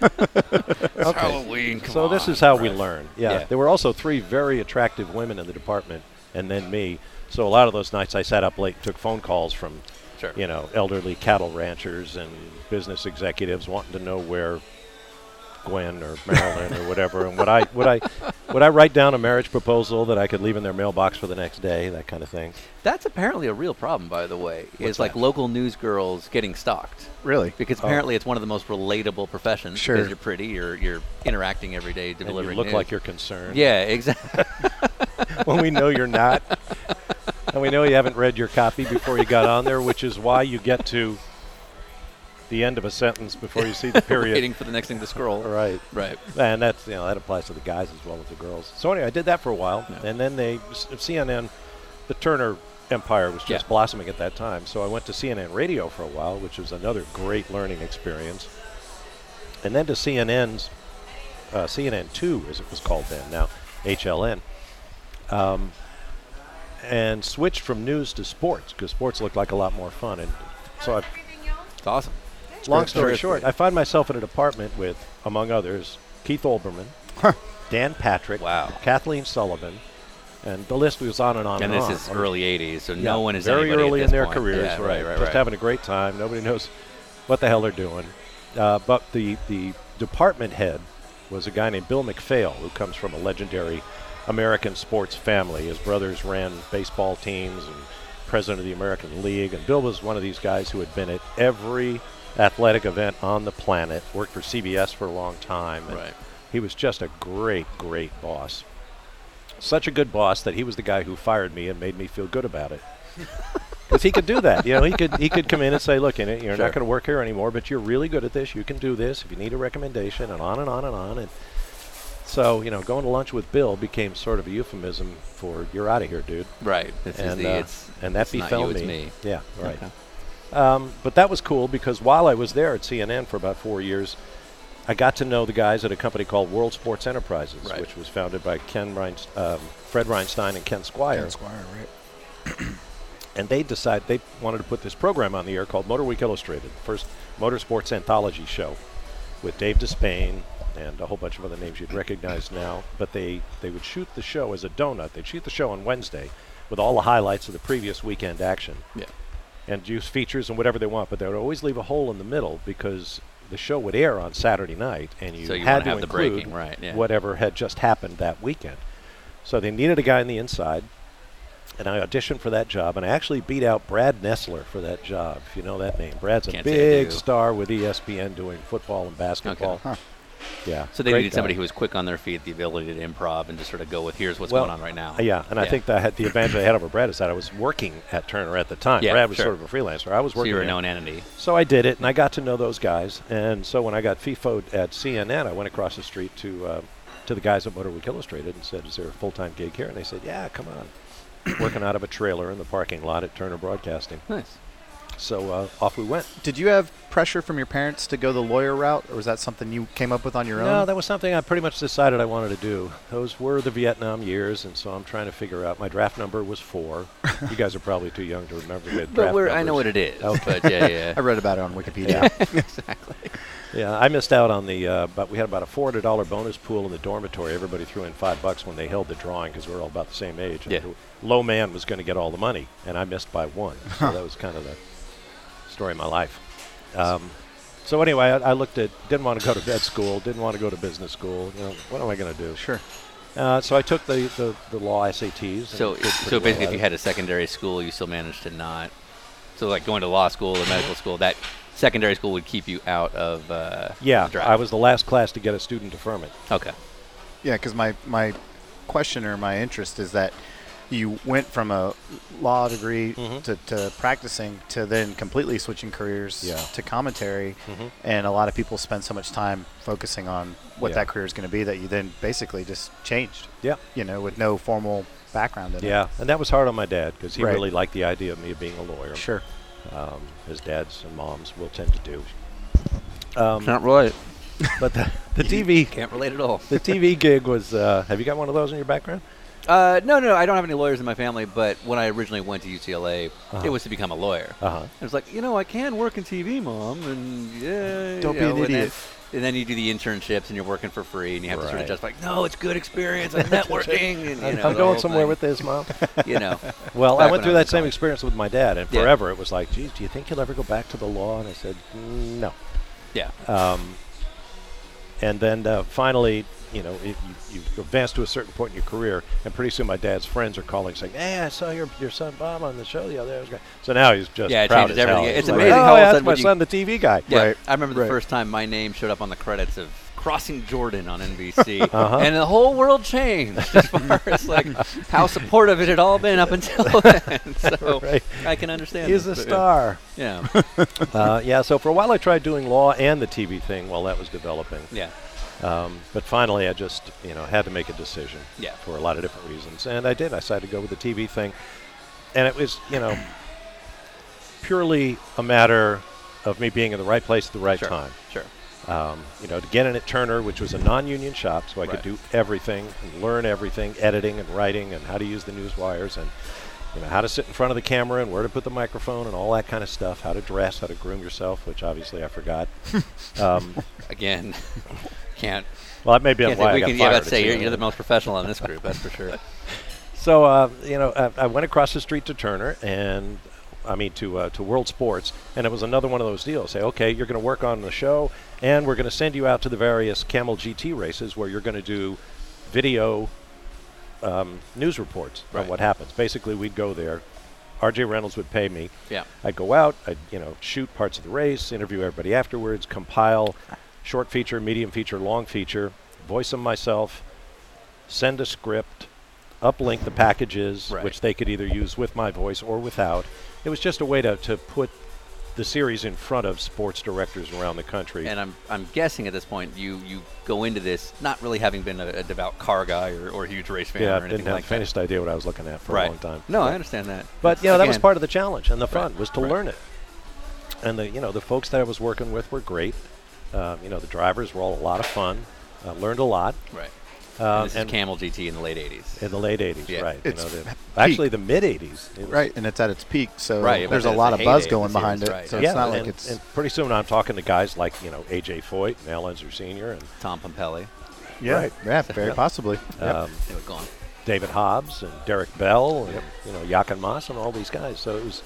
A: It's Halloween. come
B: so this
A: on.
B: is how we learn. Yeah.
A: Yeah.
B: There were also three very attractive women in the department, and then me. So a lot of those nights, I sat up late, and took phone calls from,
A: Sure.
B: you know, elderly cattle ranchers and business executives wanting to know where Gwen or Marilyn or whatever, and would I would I would I write down a marriage proposal that I could leave in their mailbox for the next day, that kind of thing.
A: That's apparently a real problem, by the way. is like
B: that? Oh.
A: local news girls getting stalked.
C: Really?
A: Because apparently it's one of the most relatable professions.
C: Sure.
A: Because you're pretty, you're you're interacting every day,
B: And you
A: delivering.
B: look
A: news.
B: like you're concerned.
A: Yeah, exactly.
B: when we know you're not. and we know you haven't read your copy before you got on there, which is why you get to the end of a sentence before you see the
A: Waiting
B: period.
A: for the next thing to scroll.
B: right.
A: Right.
B: And that's you know that applies to the guys as well as the girls. So anyway, I did that for a while,
A: Yeah.
B: and then they s- CNN, the Turner empire was just
A: Yeah.
B: blossoming at that time. So I went to CNN radio for a while, which was another great learning experience, and then to CNN's uh, CNN two as it was called then, now HLN, um, and switched from news to sports because sports looked like a lot more fun. And so I
F: Everything else?
A: It's awesome.
B: Long
A: Great.
B: story
A: Terrific.
B: short, I find myself in an apartment with, among others, Keith Olbermann, Dan Patrick,
A: Wow.
B: Kathleen Sullivan, and the list was on and on
A: And
B: and,
A: this
B: on.
A: is early '80s, so
B: oh, Yeah,
A: no one is
B: very
A: anybody at
B: early
A: this
B: in their
A: point.
B: careers,
A: Yeah,
B: right?
A: right, right,
B: Just
A: right.
B: having a great time. Nobody knows what the hell they're doing. Uh, but the the department head was a guy named Bill McPhail, who comes from a legendary American sports family. His brothers ran baseball teams and president of the American League. And Bill was one of these guys who had been at every athletic event on the planet. Worked for CBS for a long time. and
A: Right.
B: He was just a great, great boss such a good boss that he was the guy who fired me and made me feel good about it. Because he could do that, you know, he could he could come in and say, "Look, you know, you're
A: Sure.
B: not going to work here anymore, but you're really good at this. You can do this. If you need a recommendation, and on and on and on." And so, you know, going to lunch with Bill became sort of a euphemism for "You're out of here, dude."
A: Right. This is
B: and
A: the
B: uh,
A: it's
B: and that
A: it's not
B: befell
A: you,
B: me.
A: it's me.
B: Yeah, right.
A: Okay.
B: Um, but that was cool because while I was there at CNN for about four years, I got to know the guys at a company called World Sports Enterprises,
A: Right.
B: which was founded by Ken Reinst- um, Fred Reinstein and Ken Squire.
C: Squire, right?
B: And they decided they wanted to put this program on the air called Motor Week Illustrated, the first motorsports anthology show with Dave Despain and a whole bunch of other names you'd recognize now. But they, they would shoot the show as a donut. They'd shoot the show on Wednesday with all the highlights of the previous weekend action
A: Yeah.
B: and use features and whatever they want, but they would always leave a hole in the middle because the show would air on Saturday night, and you,
A: So you wanna
B: had to
A: have the
B: include
A: breaking, right, yeah.
B: whatever had just happened that weekend. So they needed a guy on the inside, and I auditioned for that job, and I actually beat out Brad Nessler for that job. If you know that name, Brad's a
A: Can't say I
B: big E
A: do.
B: star with ESPN doing football and basketball.
A: Okay. Huh.
B: Yeah.
A: So they
B: Great
A: needed somebody
B: guy.
A: who was quick on their feet, the ability to improv, and just sort of go with here's what's going on right now.
B: Yeah, and I think that had the advantage I had over Brad is that I was working at Turner at the time.
A: Yeah,
B: Brad was
A: sure.
B: sort of a freelancer. I was
A: so
B: working.
A: you were a
B: at-
A: known entity.
B: So I did it, and I got to know those guys. And so when I got FIFO'd at CNN, I went across the street to uh, to the guys at Motorweek Illustrated and said, "Is there a full time gig here?" And they said, "Yeah, come on." Working out of a trailer in the parking lot at Turner Broadcasting.
A: Nice.
B: So uh, off we went.
C: Did you have pressure from your parents to go the lawyer route, or was that something you came up with on your
B: No,
C: own?
B: that was something I pretty much decided I wanted to do. Those were the Vietnam years, and so I'm trying to figure out. My draft number was four. you guys are probably too young to remember the draft
A: But we're, I
B: numbers.
A: know what it is.
B: Okay.
A: But yeah,
C: I
A: yeah.
C: read about it on Wikipedia.
B: Yeah, I missed out on the. Uh, but we had about a four hundred dollar bonus pool in the dormitory. Everybody threw in five bucks when they held the drawing because we were all about the same age. And
A: Yeah.
B: the Low man was going to get all the money, and I missed by one. So that was kind of the story of my life. Um, so anyway, I, I looked at. Didn't want to go to vet school. Didn't want to go to business school. You know, what am I going to do?
C: sure.
B: Uh, so I took the, the, the law SATs. and
A: So,
B: did pretty
A: so
B: well
A: basically,
B: at
A: if you
B: it.
A: had a secondary school, you still managed to not. So, like going to law school or medical school, that secondary school would keep you out of. Uh,
B: yeah,
A: the draft.
B: I was the last class to get a student deferment.
A: Okay.
C: Yeah, because my my question or my interest is that you went from a law degree
B: Mm-hmm.
C: to, to practicing to then completely switching careers
B: Yeah. Mm-hmm.
C: to commentary, and a lot of people spend so much time focusing on what
B: Yeah.
C: that career is going to be that you then basically just changed.
B: Yeah.
C: You know, with no formal background in it.
B: Yeah, and that was hard on my dad because he
C: Right.
B: really liked the idea of me being a lawyer.
C: Sure.
B: um, as dads and moms will tend to do. Um,
A: Not right.
B: But the, the TV,
A: Can't relate at all.
B: the TV gig was. Uh, have you got one of those in your background?
A: Uh, no, no, I don't have any lawyers in my family. But when I originally went to UCLA,
B: Uh-huh.
A: it was to become a lawyer.
B: Uh huh.
A: I was like, you know, I can work in TV, mom, and yeah.
C: Don't
A: you
C: be
A: know,
C: an
A: and then-
C: idiot.
A: and then you do the internships, and you're working for free, and you have to sort
B: Right.
A: of just like, no, it's good experience. I'm networking. and, you know,
B: I'm
A: the
B: going
A: whole
B: somewhere
A: thing,
B: with this, mom.
A: you know.
B: Well, I
A: Back
B: went
A: when
B: through
A: I was
B: that
A: in
B: same
A: college.
B: experience with my dad, and
A: Yeah.
B: forever it was like, "Geez, do you think you'll ever go back to the law?" And I said, "No."
A: Yeah.
B: Um, and then uh, finally, you know, it, you, you've advanced to a certain point in your career, and pretty soon my dad's friends are calling saying, "Hey, I saw your your son Bob on the show the other day." I was like- So now he's just
A: Yeah, it
B: proud
A: changes
B: as hell.
A: everything.
B: He's
A: It's
B: like,
A: amazing
B: "Oh,
A: how all of a
B: that's
A: sudden
B: my
A: when you-
B: son, the TV guy.
A: Yeah,
C: Right,
A: I remember the
C: right.
A: first time my name showed up on the credits of Crossing Jordan on NBC,
B: Uh-huh.
A: and the whole world changed as far as like how supportive it had all been up until then. So
B: Right.
A: I can understand.
B: He's a
A: this, but
B: star.
A: Yeah,
B: uh, yeah, so for a while I tried doing law and the TV thing while that was developing.
A: yeah,
B: Um, but finally I just, you know, had to make a decision
A: Yeah.
B: for a lot of different reasons. And I did. I decided to go with the TV thing. And it was, you know, purely a matter of me being in the right place at the right
A: sure,
B: time.
A: sure.
B: Um, you know, to get in at Turner, which was a non-union shop, so I could
A: Right.
B: do everything and learn everything, editing and writing and how to use the news wires and you know how to sit in front of the camera and where to put the microphone and all that kind of stuff, how to dress, how to groom yourself, which obviously I forgot. um,
A: Again, can't.
B: well, that may be
A: can't think
B: why I
A: we
B: got
A: can yeah,
B: fired.
A: I'd say
B: It's,
A: you're,
B: you
A: you're
B: know,
A: the most professional in this group, that's for sure.
B: So uh, you know, I, I went across the street to Turner and I mean to uh, to World Sports, and it was another one of those deals. Say, okay, you're going to work on the show, and we're going to send you out to the various Camel GT races where you're going to do video um, news reports on
A: Right.
B: what happens. Basically, we'd go there. R.J. Reynolds would pay me.
A: Yeah.
B: I'd go out. I'd you know shoot parts of the race, interview everybody afterwards, compile short feature, medium feature, long feature, voice them myself, send a script, uplink the packages,
A: Right.
B: which they could either use with my voice or without. It was just a way to, to put the series in front of sports directors around the country.
A: And I'm I'm guessing at this point you you go into this not really having been a, a devout car guy or, or a huge race fan
B: yeah,
A: or
B: I
A: anything
B: didn't have
A: like
B: the
A: that.
B: faintest idea what I was looking at for
A: right.
B: a long time.
A: No, I understand that.
B: But you know, that was
A: Again,
B: part of the challenge and the fun
A: Right,
B: was to
A: right.
B: learn it. And the you know the folks that I was working with were great. Um, you know the drivers were all a lot of fun. I learned a lot
A: Right.
B: Um,
A: and this
B: and-
A: is Camel GT in the late 80s.
B: in the late '80s,
A: Yeah.
B: right?
C: It's
B: you know, the,
C: peak.
B: actually the mid '80s, It was-
C: Right, and it's at its peak, so
A: Right,
C: there's
A: but
C: a lot
A: it's
C: of
A: a
C: buzz
A: heyday
C: going
A: of the
C: behind
A: series,
C: it.
A: right.
C: So
B: yeah,
C: it's not
B: and,
C: like it's
B: and pretty soon I'm talking to guys like you know AJ Foyt and Al Enzer Senior and
A: Tom Pompelli.
C: yeah,
B: right.
C: yeah, very possibly.
B: um,
A: They were gone.
B: David Hobbs and Derek Bell and you know Jochen Moss and all these guys. So it was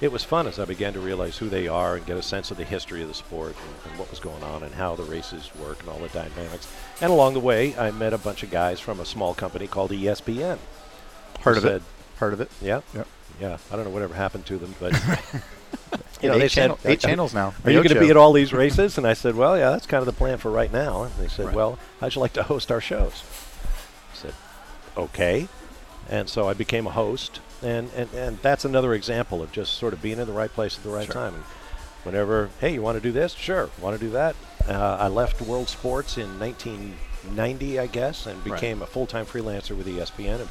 B: it was fun as I began to realize who they are and get a sense of the history of the sport and, and what was going on and how the races work and all the dynamics. And along the way, I met a bunch of guys from a small company called E ESPN.
C: Heard of
B: Said-
C: it? Heard of it?
B: Yeah,
C: Yep.
B: yeah. I don't know whatever happened to them, but you know,
C: eight,
B: they
C: channel-
B: said,
C: eight channels now.
B: Are you going
C: The
B: to
C: Ocho.
B: be at all these races? And I said, Well, yeah, that's kind of the plan for right now. And they said,
C: Right.
B: Well, how'd you like to host our shows? I said, Okay. And so I became a host. And, and, and that's another example of just sort of being in the right place at the right time. And whenever, hey, you want to do this? Sure. Want to do that? Uh, I left World Sports in 1990, I guess, and
A: Right.
B: became a full time freelancer with E ESPN. And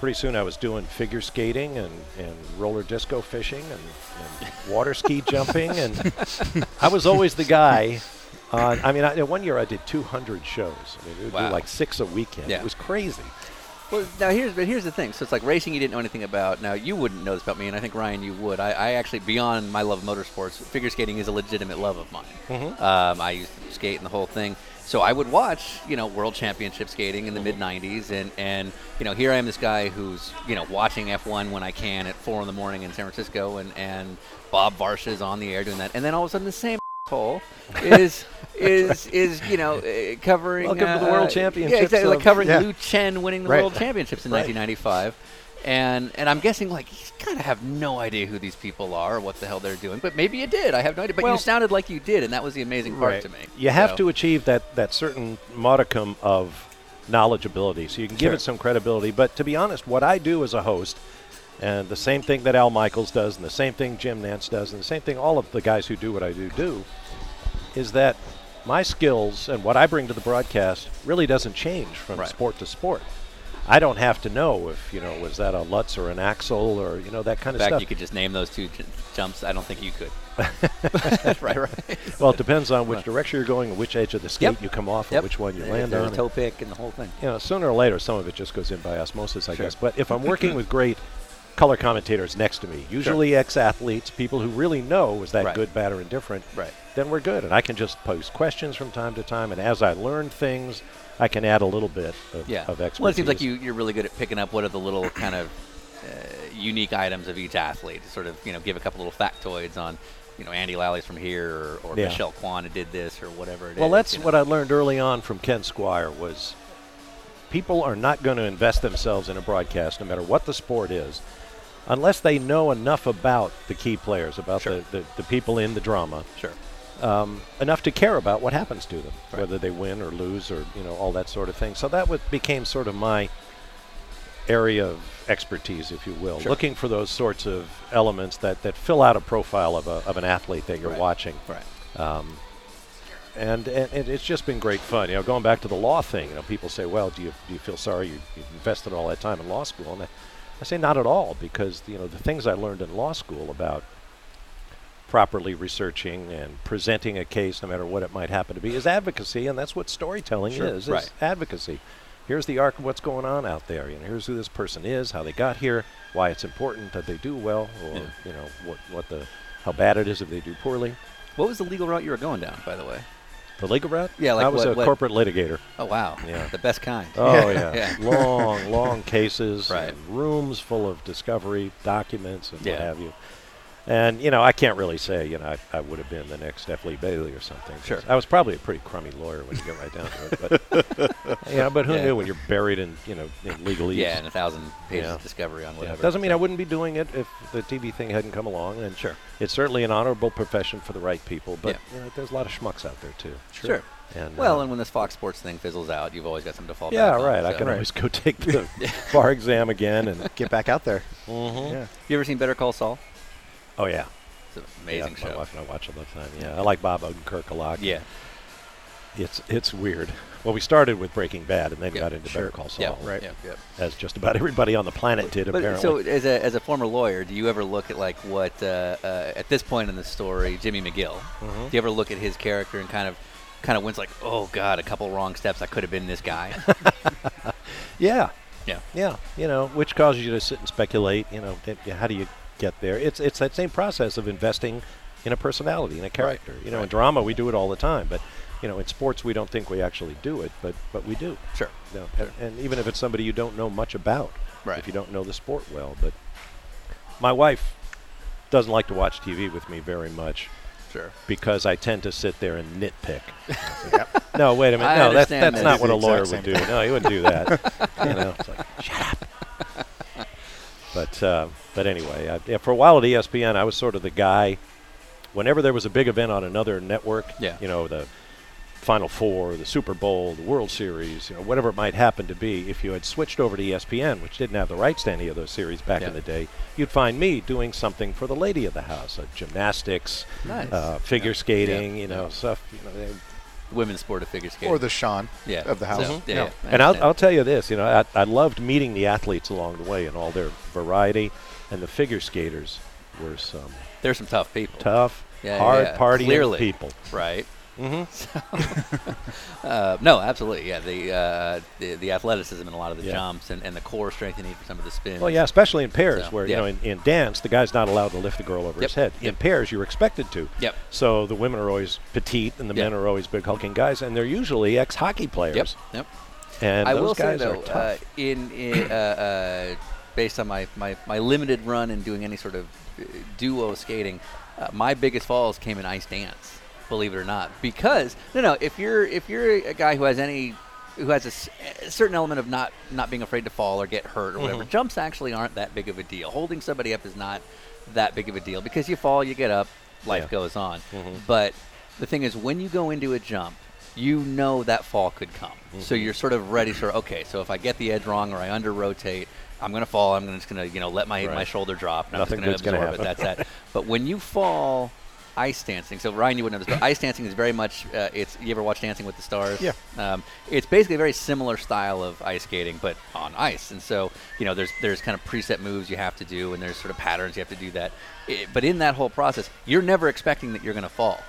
B: pretty soon I was doing figure skating and, and roller disco fishing and, and water ski jumping. And I was always the guy. On, I mean, I, one year I did 200 shows. I mean, it would
A: Wow.
B: be like six a weekend.
A: Yeah.
B: It was crazy.
A: Well, now here's but here's the thing. So it's like racing you didn't know anything about. Now you wouldn't know this about me, and I think Ryan, you would. I, I actually beyond my love of motorsports, figure skating is a legitimate love of mine.
B: Mm-hmm.
A: Um, I used to skate and the whole thing. So I would watch, you know, World Championship skating
B: Mm-hmm.
A: in the mid '90s, and and you know, here I am, this guy who's you know watching F1 when I can at four in the morning in San Francisco, and and Bob Varsha is on the air doing that, and then all of a sudden the same hole is is is you know uh, covering
B: Welcome to the
A: uh,
B: World
A: yeah
B: Championships
A: exactly like
B: of-
A: covering
C: yeah.
A: Lou Chen winning the
C: Right.
A: world championships in
B: Right.
A: 1995 and and I'm guessing like you kind of have no idea who these people are or what the hell they're doing but maybe you did I have no idea but you
B: Well-
A: sounded like you did and that was the amazing part
C: Right.
A: to me
B: You have
A: So-
B: to achieve that, that certain modicum of knowledgeability so you can give
C: Sure.
B: it some credibility. But to be honest, what I do as a host, and the same thing that Al Michaels does, and the same thing Jim Nance does, and the same thing all of the guys who do what I do do, is that my skills and what I bring to the broadcast really doesn't change from
A: Right.
B: sport to sport. I don't have to know if, you know, was that a Lutz or an Axel or, you know, that kind
A: in
B: of
A: fact
B: stuff.
A: you could just name those two j- jumps I don't think you could right right
B: Well, it depends on which direction you're going and which edge of the skate
A: Yep.
B: you come off
A: Yep. Uh,
B: and which one you
A: There's
B: land
A: a
B: on.
A: toe pick and the whole thing
B: you know, sooner or later, some of it just goes in by osmosis, I guess. But if I'm working with great color commentators next to me, usually ex-athletes, people who really know was that
A: Right.
B: good, bad, or indifferent,
A: Right.
B: then we're good. And I can just pose questions from time to time, and as I learn things, I can add a little bit of,
A: yeah
B: of expertise.
A: well it seems like you you're really good at picking up what are the little kind of uh, unique items of each athlete sort of you know give a couple little factoids on you know Andy Lally's from here or, or
B: Yeah.
A: Michelle Kwan who did this or whatever it is.
B: Well, that's
A: you know.
B: what I learned early on from Ken Squire was people are not going to invest themselves in a broadcast, no matter what the sport is, unless they know enough about the key players, about
A: Sure.
B: the, the, the people in the drama,
A: sure
B: enough to care about what happens to them,
A: Right.
B: whether they win or lose or you know all that sort of thing. So that would, became sort of my area of expertise, if you will,
A: Sure.
B: looking for those sorts of elements that, that fill out a profile of, a, of an athlete that you're
A: Right.
B: watching
A: right.
B: and, and and it's just been great fun. You know, going back to the law thing, you know, people say, well, do you, do you feel sorry you, you invested all that time in law school? And I, I say, not at all, because, you know, the things I learned in law school about properly researching and presenting a case, no matter what it might happen to be, is advocacy, and that's what storytelling
A: Sure,
B: is, is
A: right.
B: advocacy. Here's the arc of what's going on out there, and here's who this person is, how they got here, why it's important that they do well, or,
A: Yeah.
B: you know, what, what the, how bad it is if they do poorly.
A: What was the legal route you were going down, by the way?
B: The legal route?
A: Yeah, like
B: I was
A: what-
B: a
A: what-
B: corporate litigator.
A: Oh wow,
B: Yeah.
A: the best kind.
B: Oh yeah,
A: Yeah.
B: long, long cases,
A: Right.
B: and rooms full of discovery documents and what
A: Yeah.
B: have you. And you know, I can't really say you know I, I would have been the next F. Lee Bailey or something. 'cause
A: Sure.
B: I was probably a pretty crummy lawyer when you get right down to it. But you know, but who
A: Yeah.
B: knew when you're buried in you know in legalese?
A: yeah, and a thousand pages
B: Yeah.
A: of discovery on
B: Yeah,
A: whatever.
B: Doesn't mean I wouldn't be doing it if the TV thing hadn't come along. And
A: Sure.
B: it's certainly an honorable profession for the right people. But
A: Yeah.
B: you know, there's a lot of schmucks out there too.
A: Sure.
B: And
A: well,
B: uh,
A: and when this Fox Sports thing fizzles out, you've always got something to fall
B: yeah,
A: back on.
B: right. I
A: so-
B: can always go take the bar exam again and Mm-hmm.
C: Get back out there. Yeah.
A: You ever seen Better Call Saul?
B: Oh yeah,
A: It's an amazing
B: yeah, My
A: show.
B: wife and I watch all the time. Yeah, I like Bob Odenkirk a lot.
A: Yeah,
B: it's it's weird. Well, we started with Breaking Bad and then
A: Yeah,
B: got into
C: sure.
B: Better Call Saul,
A: yeah,
C: right.
A: Yeah, yeah.
B: As just about everybody on the planet did,
A: But
B: apparently.
A: so, as a, as a former lawyer, do you ever look at like what uh, uh, at this point in the story, Jimmy McGill?
B: Mm-hmm.
A: Do you ever look at his character and kind of kind of wins like, oh god, a couple wrong steps, I could have been this guy.
B: yeah,
A: yeah,
B: yeah, you know, which causes you to sit and speculate. You know, that- how do you get there? It's it's that same process of investing in a personality, in a character. You know, in
A: right.
B: drama we do it all the time, but you know, in sports we don't think we actually do it, but but we do.
A: sure.
B: No, and, and even if it's somebody you don't know much about,
A: Right.
B: if you don't know the sport well. But my wife doesn't like to watch TV with me very much
A: Sure.
B: because I tend to sit there and nitpick. No, wait a minute.
A: I
B: No, that's
A: understand
B: that's
A: that.
B: not
A: It's
B: what a
C: the
B: lawyer would
C: exact
B: do.
C: same
B: No, he wouldn't do that. you know, it's like, shut up. uh, E But uh, but anyway, I, yeah, for a while at ESPN, I was sort of the guy whenever there was a big event on another network,
A: Yeah.
B: you know, the Final Four, the Super Bowl, the World Series, you know, whatever it might happen to be, if you had switched over to E ESPN, which didn't have the rights to any of those series back
A: Yeah.
B: in the day, you'd find me doing something for the lady of the house, like gymnastics,
A: Nice.
B: uh, figure skating,
A: Yeah.
B: you know,
A: Yeah.
B: stuff. You know, they-
A: Women's sport of figure skating.
C: Or the Sean
A: yeah.
C: of the house.
A: So, yeah, yeah, I
B: Mm-hmm. and I'll,
A: understand.
B: I'll tell you this, you know, I, I loved meeting the athletes along the way and all their variety, and the figure skaters were some
A: There's some tough people.
B: tough,
A: Yeah,
B: hard
A: yeah,
B: partying
A: clearly.
B: people.
A: Right. Mm-hmm. So, uh, no, absolutely. Yeah, the, uh, the the athleticism in a lot of the
B: Yeah.
A: jumps and, and the core strength you need for some of the spins.
B: Well, yeah, especially in pairs,
A: So,
B: where
A: yeah.
B: you know, in, in dance, the guy's not allowed to lift the girl over
A: Yep,
B: his head. In
A: yep.
B: pairs, you're expected to.
A: Yep.
B: So the women are always petite, and the
A: Yep.
B: men are always big hulking guys, and they're usually ex-hockey players.
A: Yep. Yep.
B: And
A: I
B: those
A: will say
B: guys
A: though,
B: are
A: uh,
B: tough.
A: in, in uh, uh, based on my, my, my limited run in doing any sort of uh, duo skating, uh, my biggest falls came in ice dance. Believe it or not, because no, no, if you're if you're a guy who has any who has a, s- a certain element of not not being afraid to fall or get hurt or whatever, jumps actually aren't that big of a deal. Holding somebody up is not that big of a deal because you fall, you get up, life
B: Yeah.
A: goes on.
B: Mm-hmm.
A: But the thing is, when you go into a jump, you know that fall could come. So
B: Mm-hmm.
A: you're sort of ready for okay. So if I get the edge wrong or I under rotate, I'm gonna fall. I'm just gonna you know let my my
B: Right.
A: shoulder drop. And
B: Nothing
A: I'm just
B: good's gonna
A: gonna absorb it.
B: happen.
A: That's that. but when you fall. Ice dancing. So Ryan, you wouldn't know this, but ice dancing is very much. Uh, it's you ever watch Dancing with the Stars?
C: Yeah.
A: Um, it's basically a very similar style of ice skating, but on ice. And so, you know, there's there's kind of preset moves you have to do, and there's sort of patterns you have to do that. I- but in that whole process, you're never expecting that you're going to fall.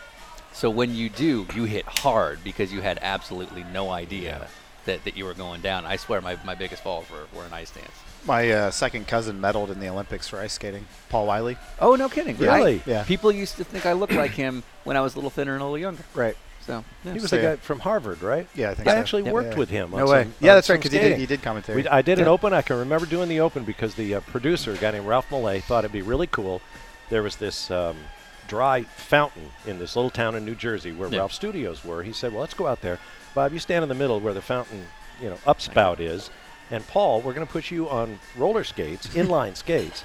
A: So when you do, you hit hard because you had absolutely no idea that, that you were going down. I swear, my, my biggest falls were, were in ice dance.
C: My uh, second cousin medaled in the Olympics for ice skating. Paul Wiley.
A: Oh, no kidding!
B: Really?
A: I-
C: Yeah.
A: People used to think I looked like him when I was a little thinner and a little younger.
C: Right.
A: So yeah.
B: he was
C: so,
B: the
C: yeah.
B: guy from Harvard, right?
C: Yeah, I think
B: I
C: so.
B: actually
C: Yeah.
B: worked
C: Yeah.
B: with him.
C: No
B: on
C: way.
B: some-
C: Yeah,
B: on
C: that's right,
B: some
C: 'cause he did-
B: skating.
C: he did commentary.
B: We d- I did an open. I can remember doing the open because the uh, producer, a guy named Ralph Millay, thought it'd be really cool. There was this um, dry fountain in this little town in New Jersey where
A: Yeah.
B: Ralph's studios were. He said, "Well, let's go out there, Bob. You stand in the middle where the fountain, you know, upspout is, and Paul, we're going to put you on roller skates, inline skates."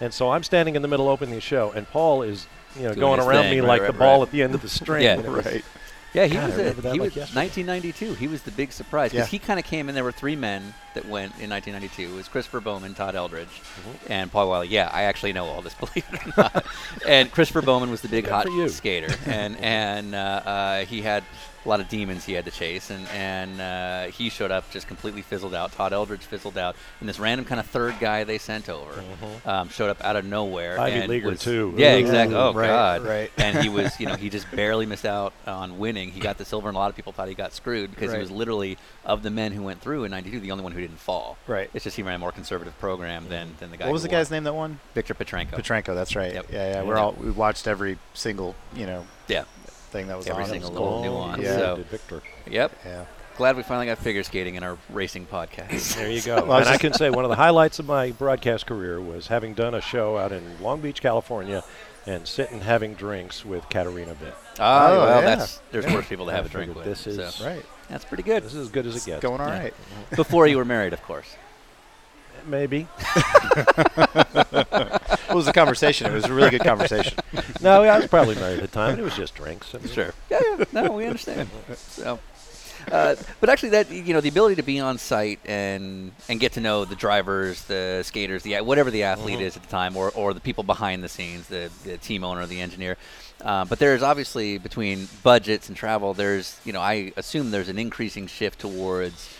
B: And so I'm standing in the middle opening the show, and Paul is, you know,
A: Doing
B: going
A: his
B: around
A: thing,
B: me
A: right,
B: like
A: right,
B: the ball
A: right.
B: at the end of the string.
A: Yeah,
B: and it was-
C: Right.
A: Yeah, he
B: God, I
A: was. A,
B: remember that
A: he
B: like
A: was
B: yesterday.
A: 1992. He was the big surprise
C: Yeah.
A: because he kind of came in. There were three men that went in 1992. It was Christopher Bowman, Todd Eldridge,
B: Mm-hmm.
A: and Paul Wiley. Yeah, I actually know all this, believe it or not. and Christopher Bowman was the big
B: Good
A: hot
B: for you.
A: skater, and and uh, uh, he had a lot of demons he had to chase, and and uh, he showed up just completely fizzled out. Todd Eldridge fizzled out, and this random kind of third guy they sent over um, showed up out of nowhere.
B: Mm-hmm. Ivy
A: and
B: leaguer,
A: was-
B: too.
A: Yeah,
B: Ooh,
A: exactly. Oh
C: right,
A: God.
C: right.
A: and he was, you know, he just barely missed out on winning. He got the silver, and a lot of people thought he got screwed because
C: Right.
A: he was literally of the men who went through in '92, the only one who didn't fall.
C: Right.
A: It's just he ran a more conservative program than than the guy.
C: What was
A: who
C: the guy's
A: won.
C: name that won?
A: Victor Petrenko.
C: Petrenko. That's right.
A: Yep.
C: Yeah, yeah. We're
A: Yeah.
C: all we watched every single you know
A: Yeah.
C: thing that was
A: Every
C: on. It
A: single
C: was
A: little
C: cool.
A: nuance,
C: Yeah.
A: so-
B: Victor.
A: Yep.
C: Yeah.
A: Glad we finally got figure skating in our racing podcast.
B: There you go.
C: Well, I was
B: and I
C: just-
B: can say one of the highlights of my broadcast career was having done a show out in Long Beach, California, and sitting having drinks with Katarina Bitt.
A: Ah,
C: Oh,
A: well,
C: yeah.
A: that's there's worse people to have a
B: figured
A: drink with.
B: This is
A: so.
C: Right.
A: That's pretty good.
B: This is as good as it
C: It's
B: gets.
C: going all
A: Yeah.
C: right.
A: Before you were married, of course.
B: Maybe.
C: It was a conversation. It was a really good conversation.
B: no, I was probably married at the time. and It was just drinks. I mean,
A: Sure. Yeah, yeah. No, we understand. So, uh, but actually, that you know, the ability to be on site and and get to know the drivers, the skaters, the whatever the athlete is at the time, or or the people behind the scenes, the, the team owner, the engineer. Uh, but there's obviously between budgets and travel, there's you know, I assume there's an increasing shift towards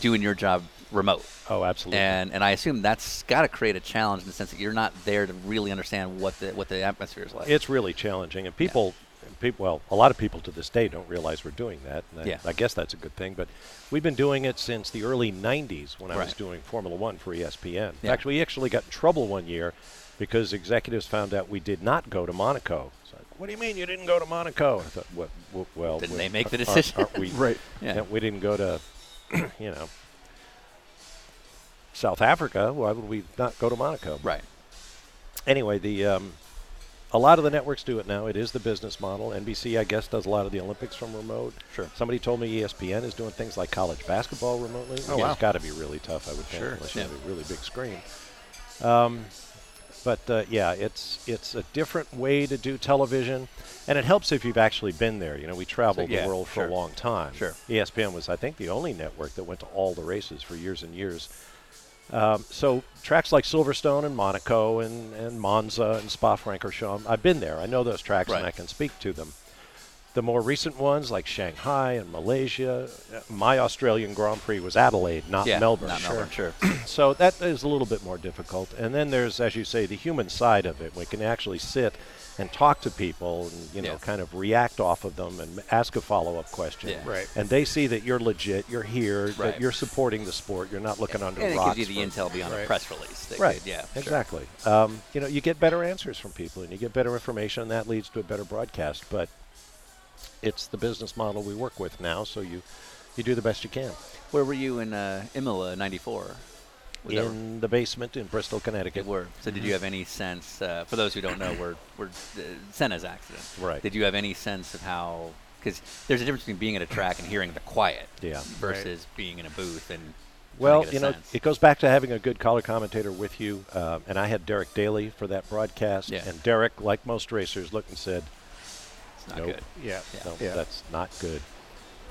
A: doing your job remote.
B: Oh, absolutely.
A: And, and I assume that's got to create a challenge in the sense that you're not there to really understand what the what the atmosphere is like.
B: it's really challenging, and people, peop well, a lot of people to this day don't realize we're doing that. and I,
A: Yeah.
B: I guess that's a good thing, but we've been doing it since the early '90s when I was
A: Right.
B: doing Formula One for E ESPN. In
A: Yeah.
B: fact, we actually got in trouble one year because executives found out we did not go to Monaco. It's like, what do you mean you didn't go to Monaco? I thought, what, w- well,
A: Didn't
B: we-
A: they make the
B: aren't-
A: decision?
B: Aren't, we,
C: Right.
A: Yeah.
B: yeah, we didn't go to, you know. South Africa. Why would we not go to Monaco?
A: right.
B: anyway, the um, a lot of the networks do it now. It is the business model. NBC, I guess, does a lot of the Olympics from remote.
A: Sure.
B: Somebody told me E ESPN is doing things like college basketball remotely.
C: Oh,
B: which
C: wow.
B: has got to be really tough, I would think,
A: Sure,
B: unless you
A: yeah.
B: have a really big screen. Um, But uh, yeah, it's it's a different way to do television, and it helps if you've actually been there. You know, we traveled
A: yeah,
B: the world for
A: sure.
B: a long time. E
A: Sure.
B: ESPN was, I think, the only network that went to all the races for years and years. Um, so tracks like Silverstone and Monaco and, and Monza and Spa-Francorchamps, I've been there. I know those tracks and
A: Right.
B: I can speak to them. The more recent ones like Shanghai and Malaysia, uh, my Australian Grand Prix was Adelaide, not
A: yeah,
B: Melbourne.
A: Not Melbourne, sure.
B: So that is a little bit more difficult. And then there's, as you say, the human side of it. We can actually sit and talk to people and, you know,
A: Yeah.
B: kind of react off of them and ask a follow up question.
A: Yeah.
C: Right.
B: And they see that you're legit, you're here,
A: Right.
B: that you're supporting the sport, you're not looking under
A: and it
B: rocks.
A: gives you the
B: for-
A: intel beyond the
C: Right.
A: press release. They
B: Right.
A: could- yeah. sure.
B: Exactly. Um, you know, you get better answers from people, and you get better information, and that leads to a better broadcast. But it's the business model we work with now, so you you do the best you can.
A: Where were you in uh, Imola '94? Was that-
B: in the basement in Bristol, Connecticut.
A: It were. So, did you have any sense? Uh, for those who don't know, we're we're uh, Senna's accident.
B: Right.
A: Did you have any sense of how? Because there's a difference between being at a track and hearing the quiet.
B: Yeah.
A: Versus being in a booth and. kinda
B: Well,
A: get a
B: you know,
A: sense.
B: it goes back to having a good color commentator with you. Um, and I had Derek Daly for that broadcast.
A: Yeah.
B: And Derek, like most racers, looked and said,
A: it's not
B: nope.
A: good.
C: Yeah.
B: no,
C: Yeah.
B: that's not good.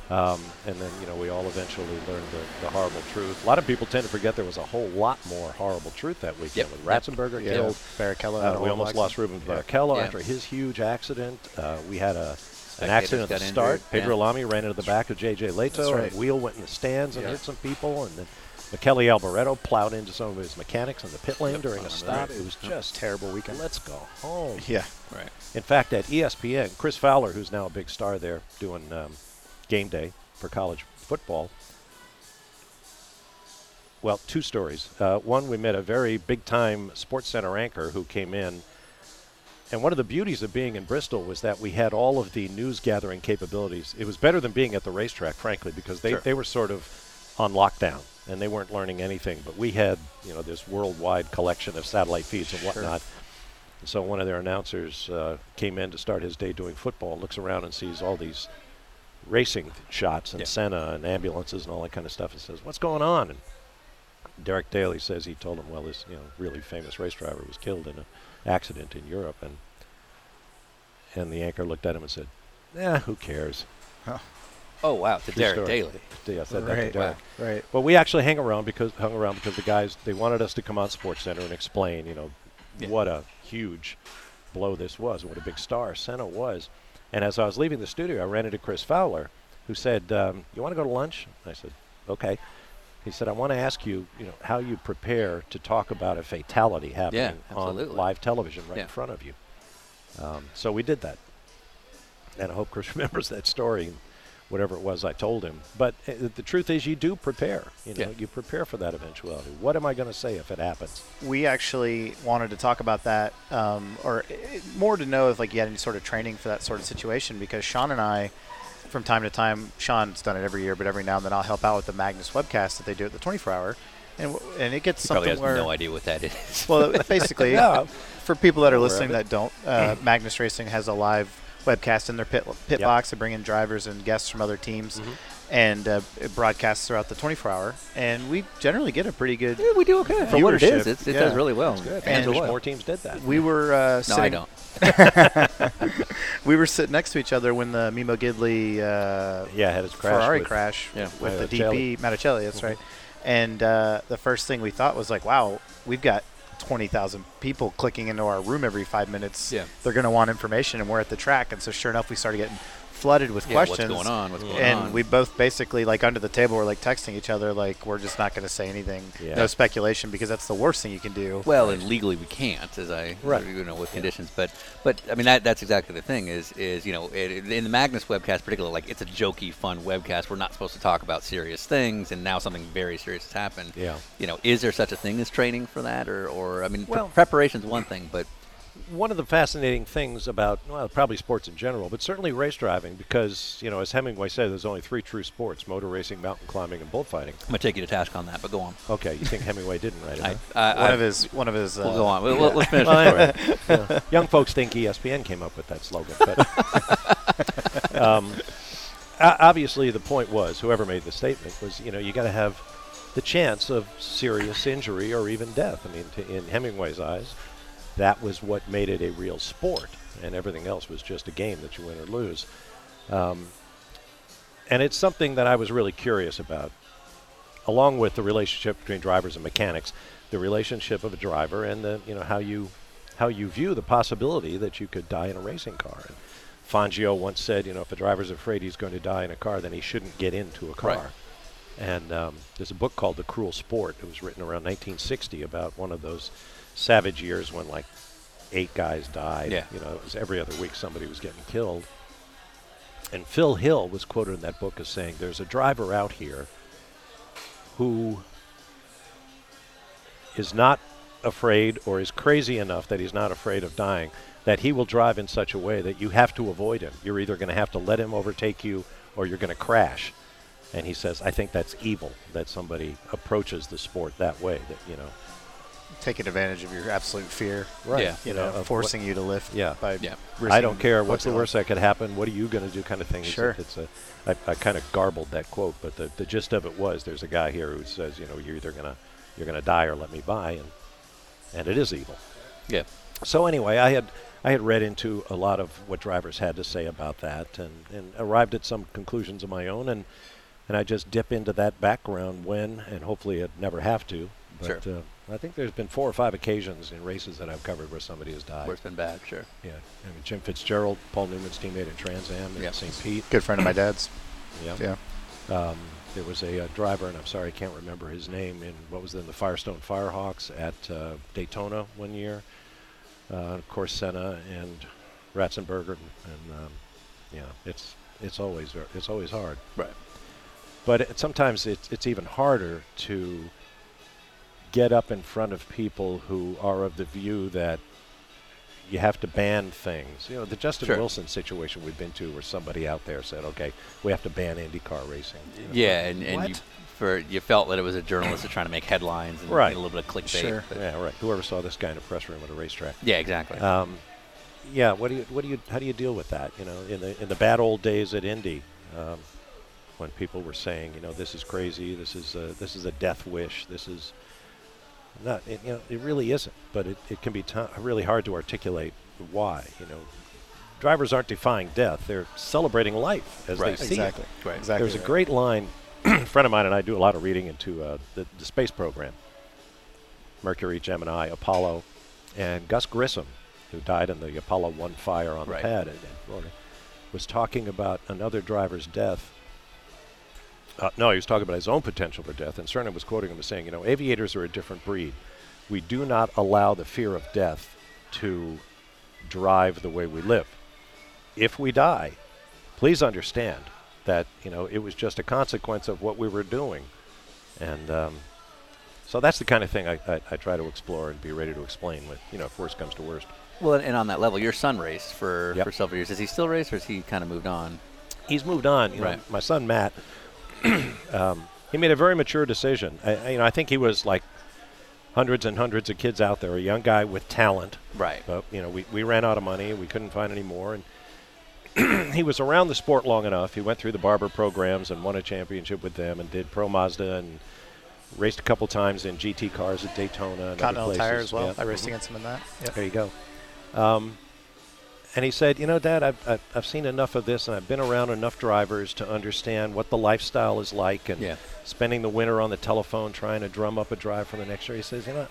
B: Um, and then, you know, we all eventually learned the, the horrible truth. A lot of people tend to forget there was a whole lot more horrible truth that weekend
A: Yep.
B: with Ratzenberger
C: Yeah.
B: killed.
C: Barrichello.
B: Uh,
C: and
B: we
C: all
B: almost
C: Blackson.
B: lost Ruben
C: Yeah.
B: Barrichello
A: Yeah.
B: after his huge accident. Uh, we had a an accident
A: got
B: at the start.
A: injured,
B: Pedro
A: yeah.
B: Lamy ran into the back of J.J.
C: That's
B: Leto,
C: right.
B: and a wheel went in the stands and
C: Yeah.
B: hit some people. And then Michele Alboreto plowed into some of his mechanics in the pit lane during
A: I
B: a
A: remember
B: stop.
A: that.
B: It was just terrible weekend. Let's go home.
C: Yeah.
A: Right.
B: In fact, at E ESPN, Chris Fowler, who's now a big star there doing um, game day for college football. Well, two stories. Uh, one, we met a very big time Sports Center anchor who came in. And one of the beauties of being in Bristol was that we had all of the news gathering capabilities. It was better than being at the racetrack, frankly, because they,
A: Sure.
B: they were sort of on lockdown and they weren't learning anything. But we had, you know, this worldwide collection of satellite feeds and whatnot. And so one of their announcers uh, came in to start his day doing football, looks around and sees all these racing th- shots and
A: Yeah.
B: Senna and ambulances and all that kind of stuff and says, What's going on? And Derek Daly says he told him, Well, this you know, really famous race driver was killed in an accident in Europe. And, and the anchor looked at him and said, Yeah, who cares?
A: Oh wow. To
B: True
A: Derek
B: story.
A: Daly.
B: Yeah, I said that to
C: Right.
B: Derek.
C: Right.
B: But we actually hang around because hung around because the guys they wanted us to come on Sports Center and explain, you know,
A: Yeah.
B: what a huge blow this was, what a big star Senna was. And as I was leaving the studio, I ran into Chris Fowler, who said, um, "You want to go to lunch?" I said, "Okay." He said, "I want to ask you, you know, how you prepare to talk about a fatality happening on
A: absolutely.
B: live television right
A: Yeah.
B: in front of you." Um, so we did that, and I hope Chris remembers that story, and whatever it was I told him. But uh, the truth is, you do prepare. You know,
A: Yeah.
B: you prepare for that eventuality. What am I going to say if it happens?
C: we actually wanted to talk about that, um, or eh, more to know if like you had any sort of training for that sort of situation. Because Sean and I, from time to time, Sean's done it every year, but every now and then I'll help out with the Magnus webcast that they do at the 24 hour, and w- and it gets
A: He probably
C: something
A: has
C: where
A: no idea what that is.
C: well, basically,
B: Yeah.
C: for people that are
B: Aware of
C: listening
B: it.
C: that don't, uh, Magnus Racing has a live webcast in their pit, pit
B: Yep.
C: box. They bring in drivers and guests from other teams,
A: Mm-hmm.
C: and uh, it broadcasts throughout the 24 hour. And we generally get a pretty good.
A: Yeah, we do okay for what it
C: Viewership,
A: is. It's, it
C: yeah.
A: does really well.
B: Good.
A: Fans
B: And
A: are
B: wish
A: loyal.
B: more teams did that.
C: We were uh,
A: No,
C: sitting.
A: I don't.
C: We were sitting next to each other when the Mimo Gidley uh,
B: yeah, had his crash.
C: Ferrari
B: with-
C: crash
A: yeah, Mm-hmm.
C: with the
B: Matticelli.
C: DP Matticelli. That's right. And uh, the first thing we thought was like, wow, we've got twenty thousand people clicking into our room every five minutes.
A: Yeah.
C: they're going to want information, and we're at the track. And so, sure enough, we started getting flooded with
A: Yeah, what's
C: questions.
A: going on? What's going
C: And
A: on?
C: we both basically like under the table were like texting each other like we're just not going to say anything,
B: Yeah.
C: no speculation because that's the worst thing you can do.
A: Well, and legally we can't, as I
B: Right.
A: you know with conditions. But but I mean that that's exactly the thing is is you know it, it- in the Magnus webcast particularly like it's a jokey, fun webcast. We're not supposed to talk about serious things, and now something very serious has happened.
B: Yeah.
A: You know, is there such a thing as training for that, or or I mean, pre-
B: Well-
A: preparation's one thing, but
B: One of the fascinating things about well, probably sports in general, but certainly race driving, because you know, as Hemingway said, there's only three true sports: motor racing, mountain climbing, and bullfighting.
A: I'm gonna take you to task on that. But go on.
B: Okay, you think Hemingway didn't write it?
A: I,
B: huh?
A: I,
C: one
A: I-
C: of his one of his.
A: We'll
C: uh,
A: go on. We'll, we'll- let's finish.
B: Well,
A: the story.
B: anyway, yeah. young folks think E ESPN came up with that slogan, but um, o- obviously the point was, whoever made the statement was, you know, you got to have the chance of serious injury or even death. I mean, t- in Hemingway's eyes, that was what made it a real sport, and everything else was just a game that you win or lose. Um, and it's something that I was really curious about, along with the relationship between drivers and mechanics, the relationship of a driver and the you know how you how you view the possibility that you could die in a racing car. And Fangio once said, you know, if a driver's afraid he's going to die in a car, then he shouldn't get into a car.
A: Right.
B: And um, there's a book called The Cruel Sport. It was written around 1960 about one of those savage years when like eight guys died.
A: Yeah.
B: You know, it was every other week somebody was getting killed. And Phil Hill was quoted in that book as saying, "There's a driver out here who is not afraid or is crazy enough that he's not afraid of dying, that he will drive in such a way that you have to avoid him. You're either going to have to let him overtake you or you're going to crash. And he says, I think that's evil that somebody approaches the sport that way. That, you know,
C: Taking advantage of your absolute fear.
A: Right. Yeah.
C: You know,
B: of what-
C: forcing you to lift.
B: Yeah.
C: By
A: Yeah.
B: I
C: risking
B: don't care. What's the
C: fucking
B: worst that could happen? What are you going to do? Kind of thing.
C: Sure.
B: It's, a- it's a. I, I kind of garbled that quote, but the, the gist of it was there's a guy here who says, you know, you're either gonna you're gonna die or let me by, and and it is evil.
A: Yeah.
B: So anyway, I had I had read into a lot of what drivers had to say about that, and, and arrived at some conclusions of my own, and and I just dip into that background when, and hopefully it never have to. But
A: Sure.
B: uh, I think there's been four or five occasions in races that I've covered where somebody has died.
A: Where it's been bad, sure.
B: Yeah, I mean, Jim Fitzgerald, Paul Newman's teammate in Trans Am in
A: Yeah.
B: St. Pete.
C: Good friend of my dad's.
B: Yeah.
C: Yeah.
B: There was a, uh driver, and I'm sorry, I can't remember his name, in what was then the Firestone Firehawks at uh, Daytona one year. Uh, of course, Senna and Ratzenberger, and um, yeah, it's it's always it's always hard.
A: Right.
B: But it, sometimes it's it's even harder to get up in front of people who are of the view that you have to ban things. You know, the Justin
A: Sure.
B: Wilson situation we've been to, where somebody out there said, "Okay, we have to ban IndyCar racing." You know,
A: Yeah, and, and you
C: What?
A: for you felt that it was a journalist trying to make headlines and
B: Right.
A: get a little bit of clickbait.
C: Sure.
A: but-
B: Yeah, right. Whoever saw this guy in a press room at a racetrack?
A: yeah, exactly.
B: Um, yeah. What do you? What do you? How do you deal with that? You know, in the in the bad old days at Indy, um, when people were saying, you know, this is crazy. This is a, this is a death wish. This is not. It, you know, it really isn't. But it, it can be t- really hard to articulate why. You know, drivers aren't defying death. They're celebrating life as
A: Right.
B: they see
C: Exactly.
B: it.
A: Right.
C: Exactly.
B: There's a
C: right.
B: great line. a friend of mine and I do a lot of reading into uh, the, the space program Mercury, Gemini, Apollo, and Gus Grissom, who died in the Apollo 1 fire on
A: Right.
B: the pad in, in Florida, was talking about another driver's death. Uh, no, he was talking about his own potential for death, and Cernan was quoting him as saying, you know, aviators are a different breed. We do not allow the fear of death to drive the way we live. If we die, please understand that you know it was just a consequence of what we were doing, and um, so that's the kind of thing I, I, I try to explore and be ready to explain. With you know, if worst comes to worst,
A: Well, and on that level, your son raced for,
B: Yep.
A: for several years. Is he still raced, or has he kind of moved on?
B: he's moved on. You know,
A: Right.
B: my son Matt, um, he made a very mature decision. I, I- you know, I think he was like hundreds and hundreds of kids out there, a young guy with talent.
A: Right.
B: But you know, we, we ran out of money. We couldn't find any more, and he was around the sport long enough. He went through the barber programs and won a championship with them, and did pro Mazda and raced a couple times in GT cars at Daytona and other
C: Continental
B: places.
C: Tire as well.
B: Yeah.
C: I raced against him in that. Yep.
B: There you go. Um, and he said, you know, Dad, I've, I've, I've seen enough of this, and I've been around enough drivers to understand what the lifestyle is like, and
A: Yeah.
B: spending the winter on the telephone trying to drum up a drive for the next year. He says, you know,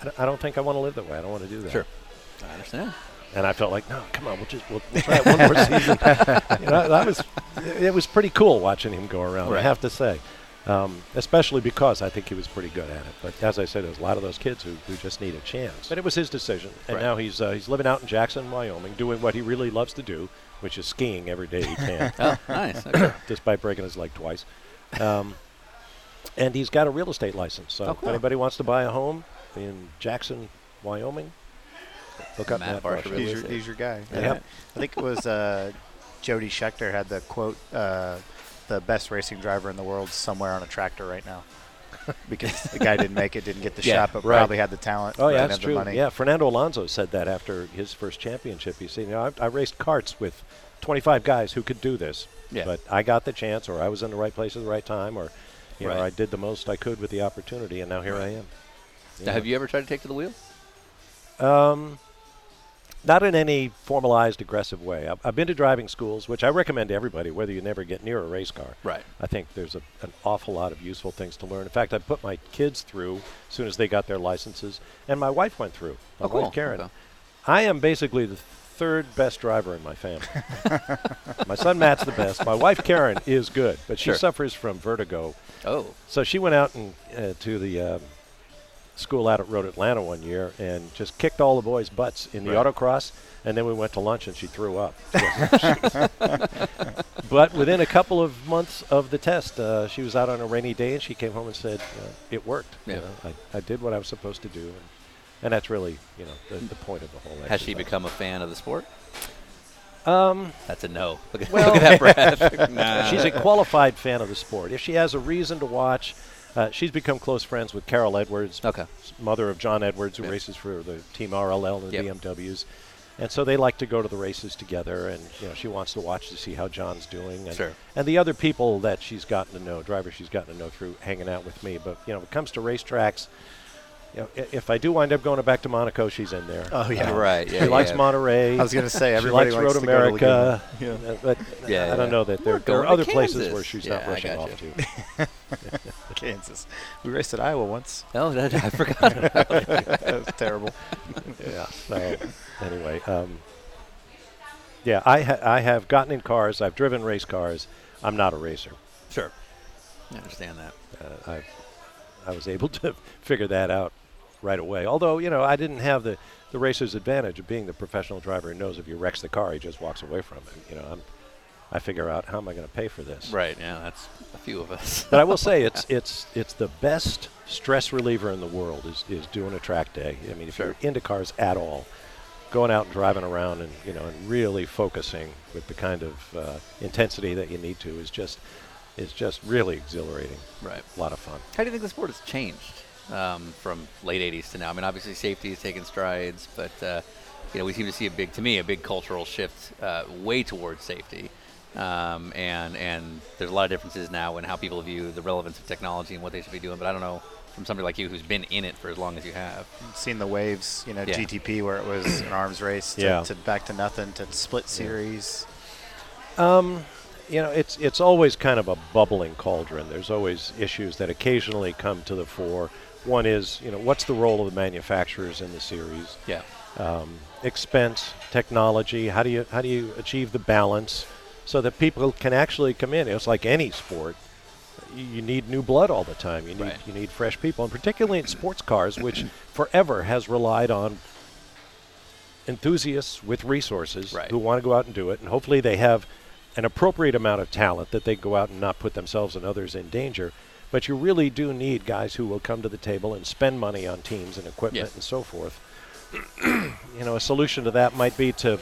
B: I don't, I don't think I want to live that way. I don't want to do that.
A: Sure. I understand.
B: And I felt like, no, come on, we'll just we'll, we'll try it one more season. You know, that was it was pretty cool watching him go around. I
A: Right.
B: have to say, um, especially because I think he was pretty good at it. But as I said, there's a lot of those kids who, who just need a chance. But it was his decision, and
A: Right.
B: now he's uh, he's living out in Jackson, Wyoming, doing what he really loves to do, which is skiing every day he can
A: Oh, nice. Okay.
B: despite breaking his leg twice. Um, and he's got a real estate license. So
A: Oh,
B: if
A: cool.
B: anybody wants to buy a home in Jackson, Wyoming, look up
A: Matt
B: Matt
A: Barsha
B: Barsha.
A: Really
C: He's your,
A: sick.
C: he's your guy.
B: Yeah.
C: I think it was uh, Jody Schechter had the quote, uh, the best racing driver in the world somewhere on a tractor right now. Because the guy didn't make it, didn't get the
A: Yeah,
C: shot, but
B: right.
C: probably had the talent.
B: Oh yeah,
C: didn't
B: that's
C: have the
B: true.
C: money.
B: Yeah, Fernando Alonso said that after his first championship. He said, "You know, I, I raced carts with 25 guys who could do this,
A: Yeah.
B: but I got the chance, or I was in the right place at the right time, or you know,
A: Right.
B: I did the most I could with the opportunity, and now here I am."
A: Now, have you ever tried to take to the wheel?
B: Um, not in any formalized, aggressive way. I've, I've been to driving schools, which I recommend to everybody, whether you never get near a race car.
A: Right.
B: I think there's a, an awful lot of useful things to learn. In fact, I put my kids through as soon as they got their licenses, and my wife went through. My
A: Oh, cool.
B: wife, Karen.
A: Okay.
B: I am basically the third best driver in my family. my son Matt's the best. My wife Karen is good, but she
A: Sure.
B: suffers from vertigo.
A: Oh,
B: So she went out and uh, to the um, school out at Road Atlanta one year and just kicked all the boys' butts in the
A: Right.
B: autocross. And then we went to lunch and she threw up. but within a couple of months of the test, uh, she was out on a rainy day and she came home and said uh, it worked. You
A: Yeah.
B: know, I, I did what I was supposed to do, and, and that's really you know the, the point of the whole.
A: has she
B: exercise.
A: become a fan of the sport?
B: Um,
A: That's a no. Look at,
B: Well-
A: look at that breath. Nah.
B: She's a qualified fan of the sport. If she has a reason to watch, uh, she's become close friends with Carol Edwards,
A: Okay.
B: s- mother of John Edwards, who
A: Yeah.
B: races for the Team RLL and the
A: Yep.
B: BMWs. And so they like to go to the races together, and you know she wants to watch to see how John's doing, and,
A: Sure.
B: and the other people that she's gotten to know, drivers she's gotten to know through hanging out with me. But you know, when it comes to racetracks, you know, i- if I do wind up going back to Monaco, she's in there.
C: Oh, yeah.
A: Right. Yeah,
B: she likes
A: yeah.
B: Monterey.
C: I was gonna say,
B: She
C: everybody
B: likes
C: likes
B: Road
C: to go to
B: America.
C: Laguna.
B: uh, But
A: Yeah,
B: I don't
A: yeah.
B: know that
A: We're
B: there, there are
A: going to
B: other places
A: Kansas.
B: where she's
A: Yeah,
B: not
A: I
B: rushing
A: gotcha.
B: off to.
C: Kansas. We raced at Iowa once.
A: Oh, that, I forgot. about it.
C: that was terrible.
B: yeah. So anyway, um, yeah, I ha- I have gotten in cars. I've driven race cars. I'm not a racer.
A: sure. I understand that.
B: Uh, I I was able to figure that out right away. Although you know I didn't have the the racer's advantage of being the professional driver who knows if you wrecks the car, he just walks away from it. You know, I'm I figure out how am I going to pay for this.
A: Right. Yeah, that's a few of us.
B: But I will say it's it's it's the best stress reliever in the world is, is doing a track day. I mean, if
A: Sure.
B: you're into cars at all, going out and driving around and you know and really focusing with the kind of uh, intensity that you need to is just is just really exhilarating.
A: Right.
B: A lot of fun.
A: How do you think the sport has changed um, from late '80s to now? I mean, obviously safety has taken strides, but uh, you know we seem to see a big, to me, a big cultural shift uh, way towards safety. Um, and and there's a lot of differences now in how people view the relevance of technology and what they should be doing. But I don't know from somebody like you who's been in it for as long as you have.
C: Seen the waves, you know,
A: Yeah.
C: GTP where it was an arms race to,
B: Yeah.
C: to back to nothing to split series.
B: you know, it's it's always kind of a bubbling cauldron. There's always issues that occasionally come to the fore. One is, you know, what's the role of the manufacturers in the series?
A: Yeah.
B: um, expense, technology. How do you how do you achieve the balance so that people can actually come in? It's like any sport. You you need new blood all the time. You need
A: Right.
B: you need fresh people, and particularly in sports cars, which forever has relied on enthusiasts with resources
A: Right.
B: who want to go out and do it, and hopefully they have an appropriate amount of talent that they go out and not put themselves and others in danger. But you really do need guys who will come to the table and spend money on teams and equipment
A: Yeah.
B: and so forth. you know, a solution to that might be to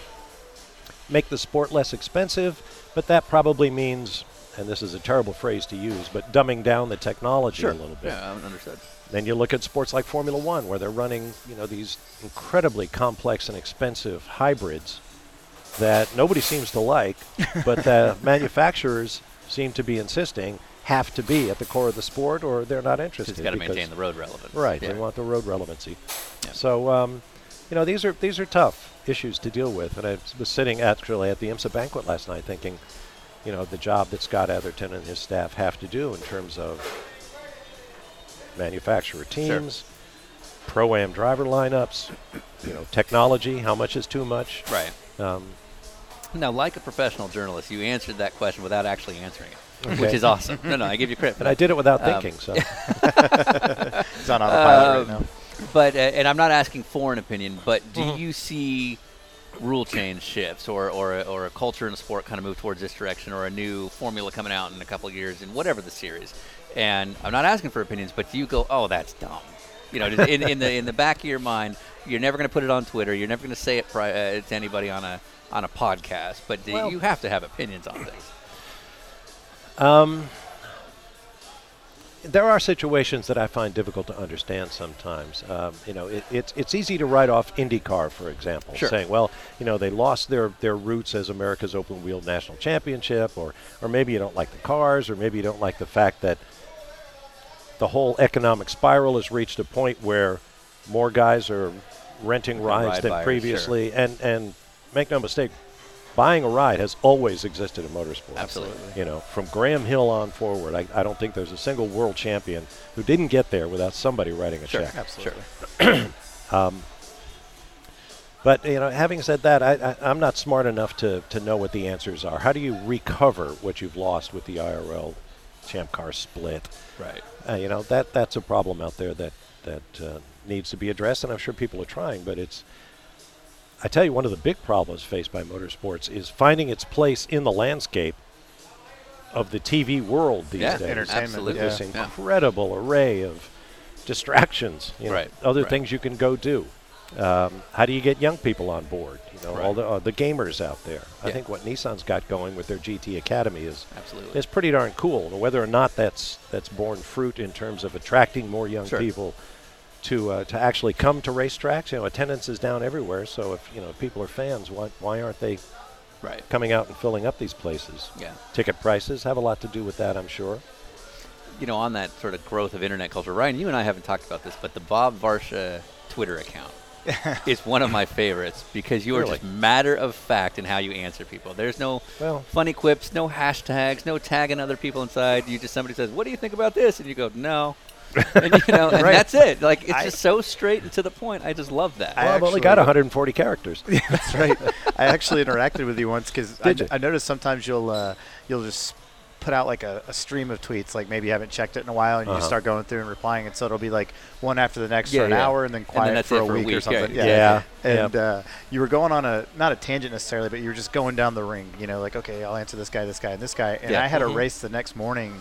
B: make the sport less expensive, but that probably means, and this is a terrible phrase to use, but dumbing down the technology a little bit.
A: Yeah, I understood.
B: Then you look at sports like Formula One, where they're running, you know, these incredibly complex and expensive hybrids that nobody seems to like, but the manufacturers seem to be insisting have to be at the core of the sport, or they're not interested.
A: Just got to
B: because-
A: maintain the road relevance.
B: Right,
A: Yeah.
B: they want the road relevancy.
A: Yeah.
B: So, um, you know, these are these are tough issues to deal with. And I was sitting actually at the IMSA banquet last night, thinking, you know, the job that Scott Atherton and his staff have to do in terms of manufacturer teams, pro-am driver lineups, you know, technology. How much is too much?
A: Right.
B: Um,
A: Now, like a professional journalist, you answered that question without actually answering it,
B: Okay.
A: which is awesome. No, no, I give you credit. for
B: but I
A: that.
B: did it without
A: Um,
B: thinking. So,
C: It's on autopilot right
A: Um,
C: now.
A: But uh, and I'm not asking for an opinion, but do
C: Mm-hmm.
A: you see rule change shifts or or a, or a culture in the sport kind of move towards this direction or a new formula coming out in a couple of years in whatever the series? And I'm not asking for opinions, but do you go, oh, that's dumb? You know, in, in the in the back of your mind, you're never going to put it on Twitter. You're never going to say it pri- uh, to anybody on a on a podcast. But do
B: Well-
A: you have to have opinions on things.
B: um, there are situations that I find difficult to understand sometimes. Um, you know, it, it's it's easy to write off IndyCar, for example,
A: Sure.
B: saying, well, you know, they lost their their roots as America's Open Wheel National Championship, or or maybe you don't like the cars, or maybe you don't like the fact that the whole economic spiral has reached a point where more guys are renting
A: a
B: rides
A: ride
B: than
A: buyer,
B: previously. And and make no mistake, buying a ride has always existed in motorsports.
A: Absolutely.
B: You know, from Graham Hill on forward, I, I don't think there's a single world champion who didn't get there without somebody writing a
A: Sure.
B: check.
C: Absolutely.
B: But you know, having said that, I, I, I'm not smart enough to, to know what the answers are. How do you recover what you've lost with the IRL Champ Car split?
A: Right.
B: Uh, you know that that's a problem out there that that uh, needs to be addressed, and I'm sure people are trying. But it's, I tell you, one of the big problems faced by motorsports is finding its place in the landscape of the TV world these
A: Yeah.
B: days.
C: Entertainment,
A: Absolutely.
C: yeah.
B: This
A: Yeah.
B: incredible array of distractions, you know,
A: Right,
B: other
A: right.
B: things you can go do. Um, how do you get young people on board? You know,
A: Right.
B: all the uh, the gamers out there. I
A: Yeah.
B: think what Nissan's got going with their GT Academy is
A: Absolutely.
B: it's pretty darn cool. And whether or not that's that's borne fruit in terms of attracting more young
A: Sure.
B: people to uh, to actually come to racetracks, you know, attendance is down everywhere. So if you know people are fans, why why aren't they
A: Right.
B: coming out and filling up these places?
A: Yeah.
B: Ticket prices have a lot to do with that, I'm sure.
A: you know, on that sort of growth of internet culture, Ryan, you and I haven't talked about this, but the Bob Varsha Twitter account is one of my favorites because you are just
B: Really?
A: matter of fact in how you answer people. There's no
B: Well-
A: funny quips, no hashtags, no tagging other people inside. You just somebody says, "What do you think about this?" and you go, "No." and you know, and
B: Right.
A: that's it. Like it's
C: I-
A: just so straight and to the point. I just love that.
C: I
B: Well, I've only
C: actually-
B: got 140 characters.
C: That's right. I actually interacted with you once because I,
B: Did you?
C: I noticed sometimes you'll uh, you'll just put out like a, a stream of tweets, like maybe you haven't checked it in a while, and you just
B: Uh-huh.
C: start going through and replying, and so it'll be like one after the next
A: Yeah,
C: for an
A: yeah.
C: hour, and then
A: then
C: quiet
A: that's
C: for,
A: it
C: a
A: for a
C: week, or
A: week,
C: something.
A: yeah,
B: yeah, yeah.
C: And uh, you were going on a not a tangent necessarily, but you were just going down the ring. You know, like okay, I'll answer this guy, this guy, and this guy. And
A: Yeah.
C: I had
A: Mhm.
C: a race the next morning.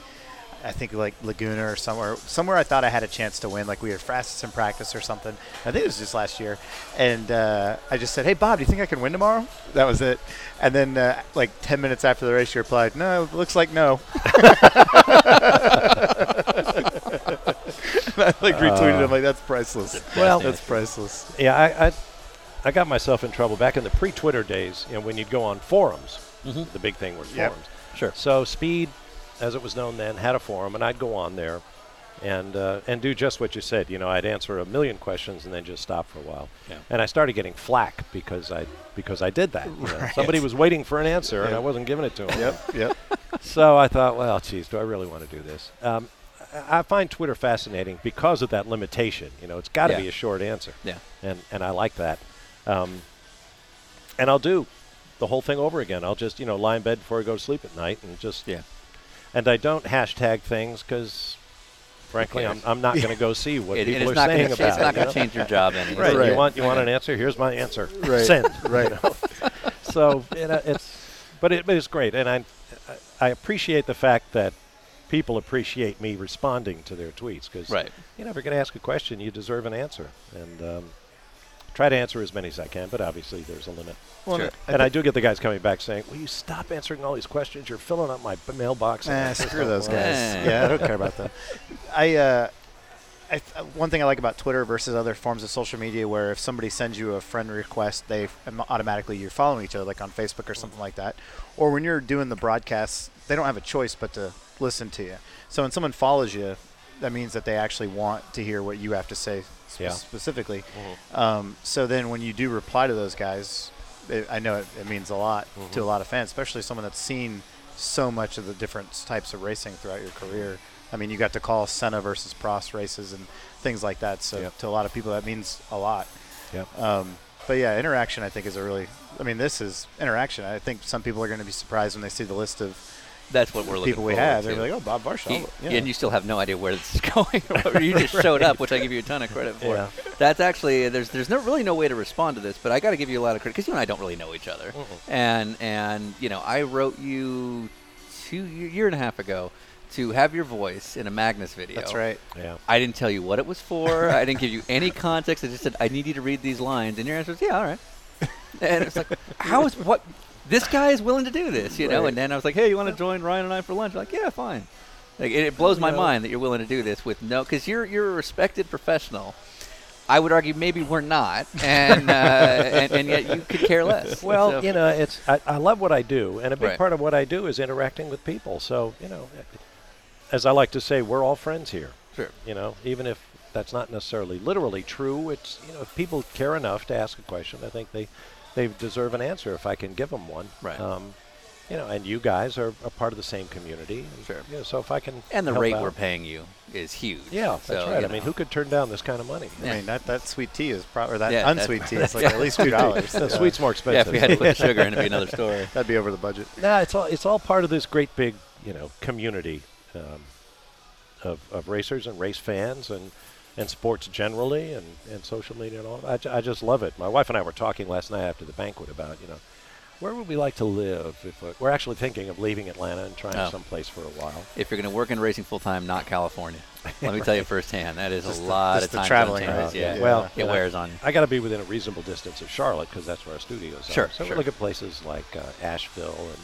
C: I think like Laguna or somewhere, somewhere I thought I had a chance to win. Like we were fastest in practice or something. I think it was just last year, and uh, I just said, "Hey Bob, do you think I can win tomorrow?" That was it. And then uh, like ten minutes after the race, you replied, "No, looks like no." And I like retweeted him like that's priceless.
B: Well-
C: that's priceless.
B: Yeah, I, I, I got myself in trouble back in the pre-Twitter days, you know, when you'd go on forums. The big thing was
C: Yep.
B: forums.
A: Sure.
B: So Speed, as it was known then, had a forum, and I'd go on there, and uh, and do just what you said. You know, I'd answer a million questions and then just stop for a while.
A: Yeah.
B: And I started getting flack because I because I did that. you know. Somebody was waiting for an answer, and I wasn't giving it to them.
C: Yep, yep.
B: So I thought, well, geez, do I really want to do this? Um, I I find Twitter fascinating because of that limitation. You know, it's got to
A: Yeah.
B: be a short answer.
A: Yeah.
B: And and I like that. Um, and I'll do the whole thing over again. I'll just you know lie in bed before I go to sleep at night and just
A: yeah.
B: And I don't hashtag things because, frankly,
A: Who
B: I'm,
A: cares?
B: I'm not going to go see what
A: It, and
B: people
A: it's
B: are
A: not
B: saying
A: going to
B: about it. you know?
A: change your job anyway.
B: Right.
C: Right.
B: You want you want an answer? Here's my answer.
C: Right.
B: Send.
C: Right.
B: So you know, it's, but it, but it's great, and I, I appreciate the fact that people appreciate me responding to their tweets because
A: Right.
B: you know if you're going to ask a question, you deserve an answer, and um, try to answer as many as I can, but obviously there's a limit.
C: Well,
A: Sure.
B: and I do get the guys coming back saying, "Will you stop answering all these questions? You're filling up my b- mailbox." And
C: Eh,
B: I just
C: screw
B: don't
C: those
B: want it.
C: guys.
A: Eh.
C: Yeah, I don't care about them. I, uh, I, th- uh, one thing I like about Twitter versus other forms of social media, where if somebody sends you a friend request, they f- am- automatically you're following each other, like on Facebook or something like that. Or when you're doing the broadcasts, they don't have a choice but to listen to you. So when someone follows you, that means that they actually want to hear what you have to say spe-
B: Yeah.
C: specifically.
A: Mm-hmm.
C: Um, so then when you do reply to those guys, it, I know it, it means a lot
A: Mm-hmm.
C: to a lot of fans, especially someone that's seen so much of the different types of racing throughout your career. I mean, you got to call Senna versus Prost races and things like that. So
B: Yep.
C: to a lot of people, that means a lot.
B: Yep.
C: Um, but yeah, interaction I think is a really. I mean, this is interaction. I think some people are going to be surprised when they see the list of
A: That's what we're looking
C: people we
A: forward
C: have.
A: to.
C: They're like, "Oh, Bob Varsha."
A: He-
C: I'll- yeah.
A: And you still have no idea where this is going. or you just showed up, which I give you a ton of credit for.
B: Yeah.
A: That's actually there's there's no really no way to respond to this, but I got to give you a lot of credit because you and I don't really know each other.
C: Mm-hmm.
A: And and you know I wrote you two year, year and a half ago to have your voice in a Magnus video.
C: That's right.
B: Yeah.
A: I didn't tell you what it was for. I didn't give you any context. I just said I need you to read these lines, and your answer was, "Yeah, all right." And it's like, how is what this guy is willing to do this, you know? And then I was like, "Hey, you want to join Ryan and I for lunch?" like, "Yeah, fine." Like it, it blows my mind that you're willing to do this with no, because you're you're a respected professional. I would argue maybe we're not, and uh, and, and yet you could care less.
B: Well,
A: So-
B: you know, it's I, I love what I do, and a big
A: uh, Right.
B: part of what I do is interacting with people. So you know, as I like to say, we're all friends here.
A: Sure.
B: You know, even if that's not necessarily literally true. It's you know if people care enough to ask a question, I think they they deserve an answer if I can give them one.
A: Right.
B: Um, you know, and you guys are a part of the same community. and,
A: Sure.
B: You know, so if I can
A: And the
B: help
A: rate
B: out-
A: we're paying you is huge.
B: Yeah, that's
A: So,
B: right.
A: you
B: I mean,
A: know.
B: who could turn down this kind of money?
A: Yeah.
C: I mean, that, that sweet tea is probably, or that
A: Yeah, that-
C: unsweet tea is like at least $2.
B: No,
C: Yeah.
B: sweet's more
A: Yeah, if
B: expensive.
A: we had to put sugar in, it'd be another story.
C: That'd be over the budget.
B: Nah, it's all it's all part of this great big you know community um, of of racers and race fans and and sports generally and and social media and all. I, ju- I just love it. My wife and I were talking last night after the banquet about you know where would we like to live if we- we're actually thinking of leaving Atlanta and trying
A: Oh.
B: someplace for a while.
A: If you're going to work in racing full time, not California. Let me tell you firsthand, that is a lot
C: just
A: of
C: the
A: time zone
C: traveling,
A: changes.
C: right?
A: Yeah.
C: Yeah.
B: Uh, Well,
A: it
B: and I-
A: wears on you.
B: I got to be within a reasonable distance of Charlotte because that's where our studios
A: Sure,
B: are. So we
A: sure.
B: look at places like uh, Asheville and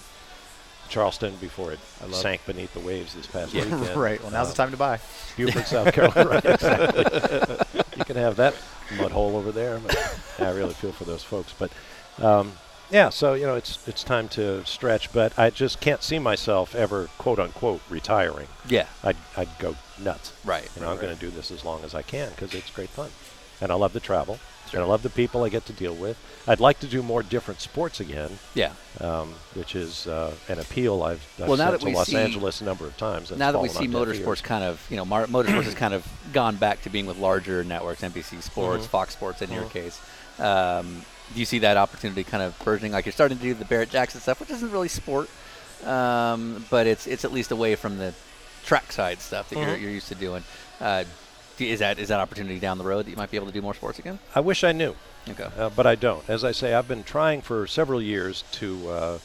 B: Charleston before it sank beneath the waves this past
A: Yeah,
B: weekend.
C: right. Well, now's the
B: Uh,
C: time to buy.
B: Beaufort, South Carolina. Right, exactly. you can have that mud hole over there. But I really feel for those folks. But um, yeah, so you know, it's it's time to stretch. But I just can't see myself ever quote unquote retiring.
A: Yeah.
B: I'd I'd go nuts.
A: Right,
B: You know,
A: right,
B: I'm going
A: right.
B: to do this as long as I can because it's great fun, and I love the travel, and I love the people I get to deal with. I'd like to do more different sports again.
A: Yeah.
B: Um, which is uh, an appeal I've, I've
A: Well, now
B: sent
A: that we
B: to Los
A: see-
B: Angeles a number of times. and it's
A: now that we see
B: fallen on deaf ears.
A: motorsports kind of, you know, mar- motorsports has kind of gone back to being with larger networks, NBC
C: Mm-hmm.
A: Sports, Fox Sports, in your case. Um, do you see that opportunity kind of burgeoning? Like you're starting to do the Barrett Jackson stuff, which isn't really sport, um, but it's it's at least away from the track side stuff that
C: Mm-hmm.
A: you're, you're used to doing. Uh, do- is that is that opportunity down the road that you might be able to do more sports again?
B: I wish I knew.
A: Okay.
B: uh, but I don't. As I say, I've been trying for several years to, uh,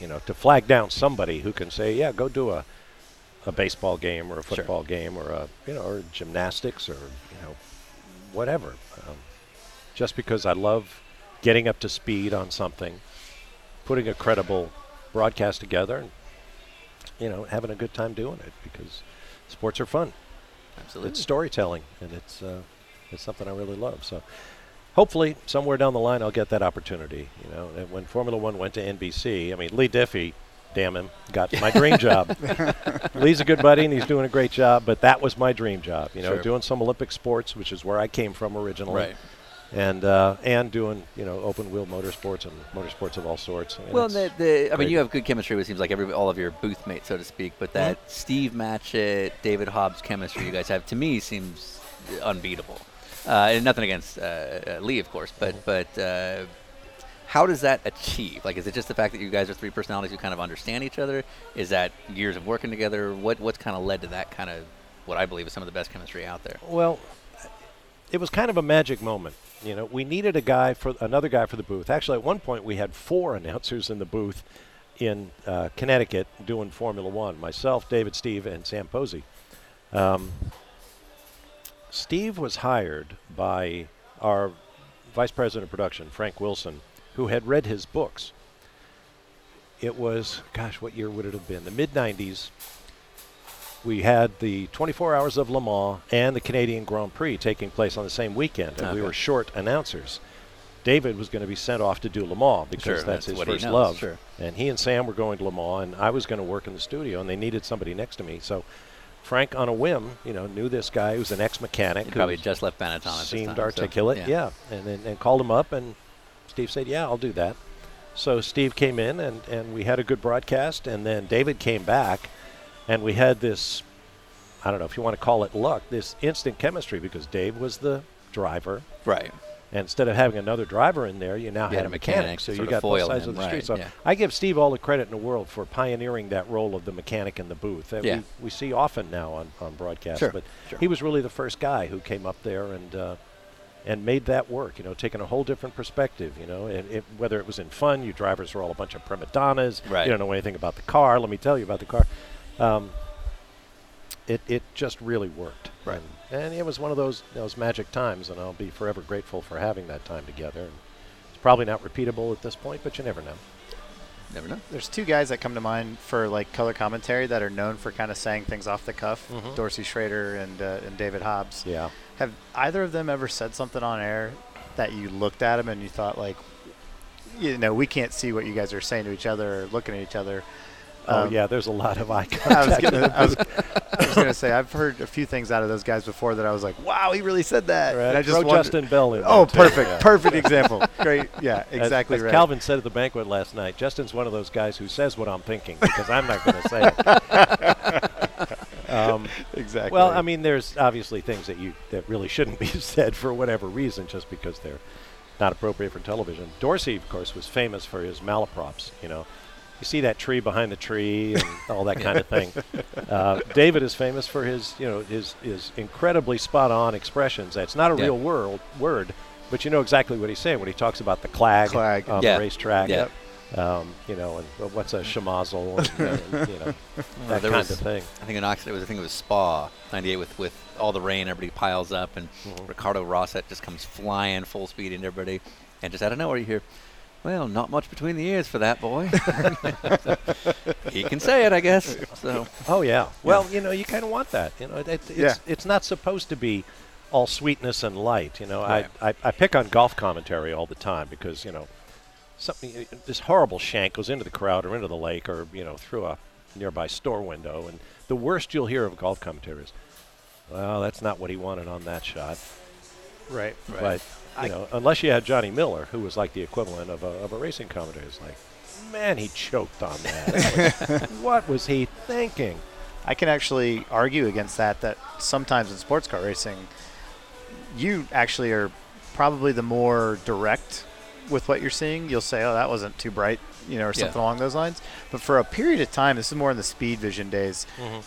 B: you know, to flag down somebody who can say, "Yeah, go do a, a baseball game or a football game or a, you know, or gymnastics or you know, whatever." Um, just because I love getting up to speed on something, putting a credible broadcast together, and you know, having a good time doing it because sports are fun
A: Absolutely.
B: it's storytelling and it's uh, it's something I really love. So hopefully somewhere down the line I'll get that opportunity. You know, and when Formula One went to NBC, I mean Lee Diffie, damn him, got my dream job. Lee's a good buddy and he's doing a great job, but that was my dream job. You know,
A: Sure.
B: doing some Olympic sports, which is where I came from originally.
A: Right.
B: And uh, and doing you know open wheel motorsports and motorsports of all sorts. I mean,
A: Well,
B: it's-
A: the, the, I mean,
B: great.
A: you have good chemistry. with seems like every all of your booth mates, so to speak. But that
B: Mm-hmm.
A: Steve Matchett, David Hobbs chemistry you guys have, to me, seems unbeatable. Uh, and nothing against uh, uh, Lee, of course, but
B: Mm-hmm.
A: but uh, how does that achieve? Like, is it just the fact that you guys are three personalities who kind of understand each other? Is that years of working together? What what's kind of led to that kind of what I believe is some of the best chemistry out there?
B: Well, it was kind of a magic moment. You know, we needed a guy for another guy for the booth. Actually, at one point we had four announcers in the booth in uh, Connecticut doing Formula One. Myself, David, Steve, and Sam Posey. Um, Steve was hired by our vice president of production, Frank Wilson, who had read his books. It was, gosh, what year would it have been? The mid 90s we had the 24 hours of Le Mans and the Canadian Grand Prix taking place on the same weekend, and we
A: Okay.
B: were short announcers. David was going to be sent off to do Le Mans because
A: Sure, that's
B: that's, his
A: what he
B: first
A: knows,
B: love.
A: sure.
B: And he and Sam were going to Le Mans, and I was going to work in the studio, and they needed somebody next to me. So Frank, on a whim, you know, knew this guy who was an ex-mechanic
A: You
B: who
A: probably just left Benetton. At this
B: seemed
A: time, so,
B: articulate. yeah. and then and called him up, and Steve said, "Yeah, I'll do that." So Steve came in, and and we had a good broadcast, and then David came back, and we had this, I don't know if you want to call it luck, this instant chemistry because Dave was the driver.
A: Right.
B: And instead of having another driver in there, you now
A: You
B: had a mechanic, so
A: to
B: you
A: sort of
B: got both
A: foil
B: sides
A: him,
B: of the
A: right,
B: street. So
A: yeah.
B: I give Steve all the credit in the world for pioneering that role of the mechanic in the booth that
A: Yeah.
B: we, we see often now on, on broadcast.
A: Sure,
B: But
A: sure.
B: he was really the first guy who came up there and uh, and made that work. You know, taking a whole different perspective. You know, and it, whether it was in fun, you drivers were all a bunch of prima donnas.
A: Right.
B: You don't know anything about the car. Let me tell you about the car. Um, it, it just really worked.
A: Right.
B: And, and it was one of those those magic times, and I'll be forever grateful for having that time together. And it's probably not repeatable at this point, but you never know.
A: Never know.
C: There's two guys that come to mind for like color commentary that are known for kind of saying things off the cuff. Dorsey Schrader and uh, and David Hobbs.
B: Mm-hmm. Yeah.
C: Have either of them ever said something on air that you looked at them and you thought like, you know, we can't see what you guys are saying to each other or looking at each other,
B: Oh
C: Um,
B: yeah, there's a lot of eye
C: I was
B: contact.
C: gonna, I was, I was gonna say I've heard a few things out of those guys before that I was like, wow, he really said that.
B: Right.
C: And I just
B: Throw
C: wondered-
B: Justin Bell in. there,
C: Oh,
B: too.
C: perfect,
B: Yeah.
C: perfect example. Great, yeah,
B: As-
C: exactly
B: as
C: right.
B: Calvin said at the banquet last night, Justin's one of those guys who says what I'm thinking because I'm not going to say it. um,
C: exactly.
B: well, I mean, there's obviously things that you that really shouldn't be said for whatever reason, just because they're not appropriate for television. Dorsey, of course, was famous for his malaprops. You know, you see that tree behind the tree and all that kind of thing. Uh, David is famous for his, you know, his his incredibly spot-on expressions. That's not a
A: Yeah.
B: real world word, but you know exactly what he's saying when he talks about the clag,
C: Clag.
B: on
A: Yeah.
B: the racetrack.
A: Yeah.
B: Um, you know, and uh, what's a shemazel, and, uh, you know, that
A: there
B: kind
A: was-
B: of thing.
A: I think in Oxford it was I think it was Spa '98 with with all the rain, everybody piles up, and
B: Mm-hmm.
A: Ricardo Rosset just comes flying full speed into everybody, and just out of nowhere you hear, "Well, not much between the ears for that boy." So, he can say it, I guess. So
B: Oh yeah. Well, you know, you kind of want that. You know, it, it's
C: Yeah.
B: it's not supposed to be all sweetness and light. You know,
A: Right.
B: I, I I pick on golf commentary all the time because you know, something this horrible shank goes into the crowd or into the lake or you know through a nearby store window, and the worst you'll hear of golf commentary is, well, that's not what he wanted on that shot.
C: right.
A: Right.
B: But you know, unless you had Johnny Miller, who was like the equivalent of a, of a racing commentator, it's like, man, he choked on that. what was he thinking?
C: I can actually argue against that. That sometimes in sports car racing, you actually are probably the more direct with what you're seeing. You'll say, "Oh, that wasn't too bright," you know, or
A: Yeah.
C: something along those lines. But for a period of time, this is more in the speed vision days.
A: Mm-hmm.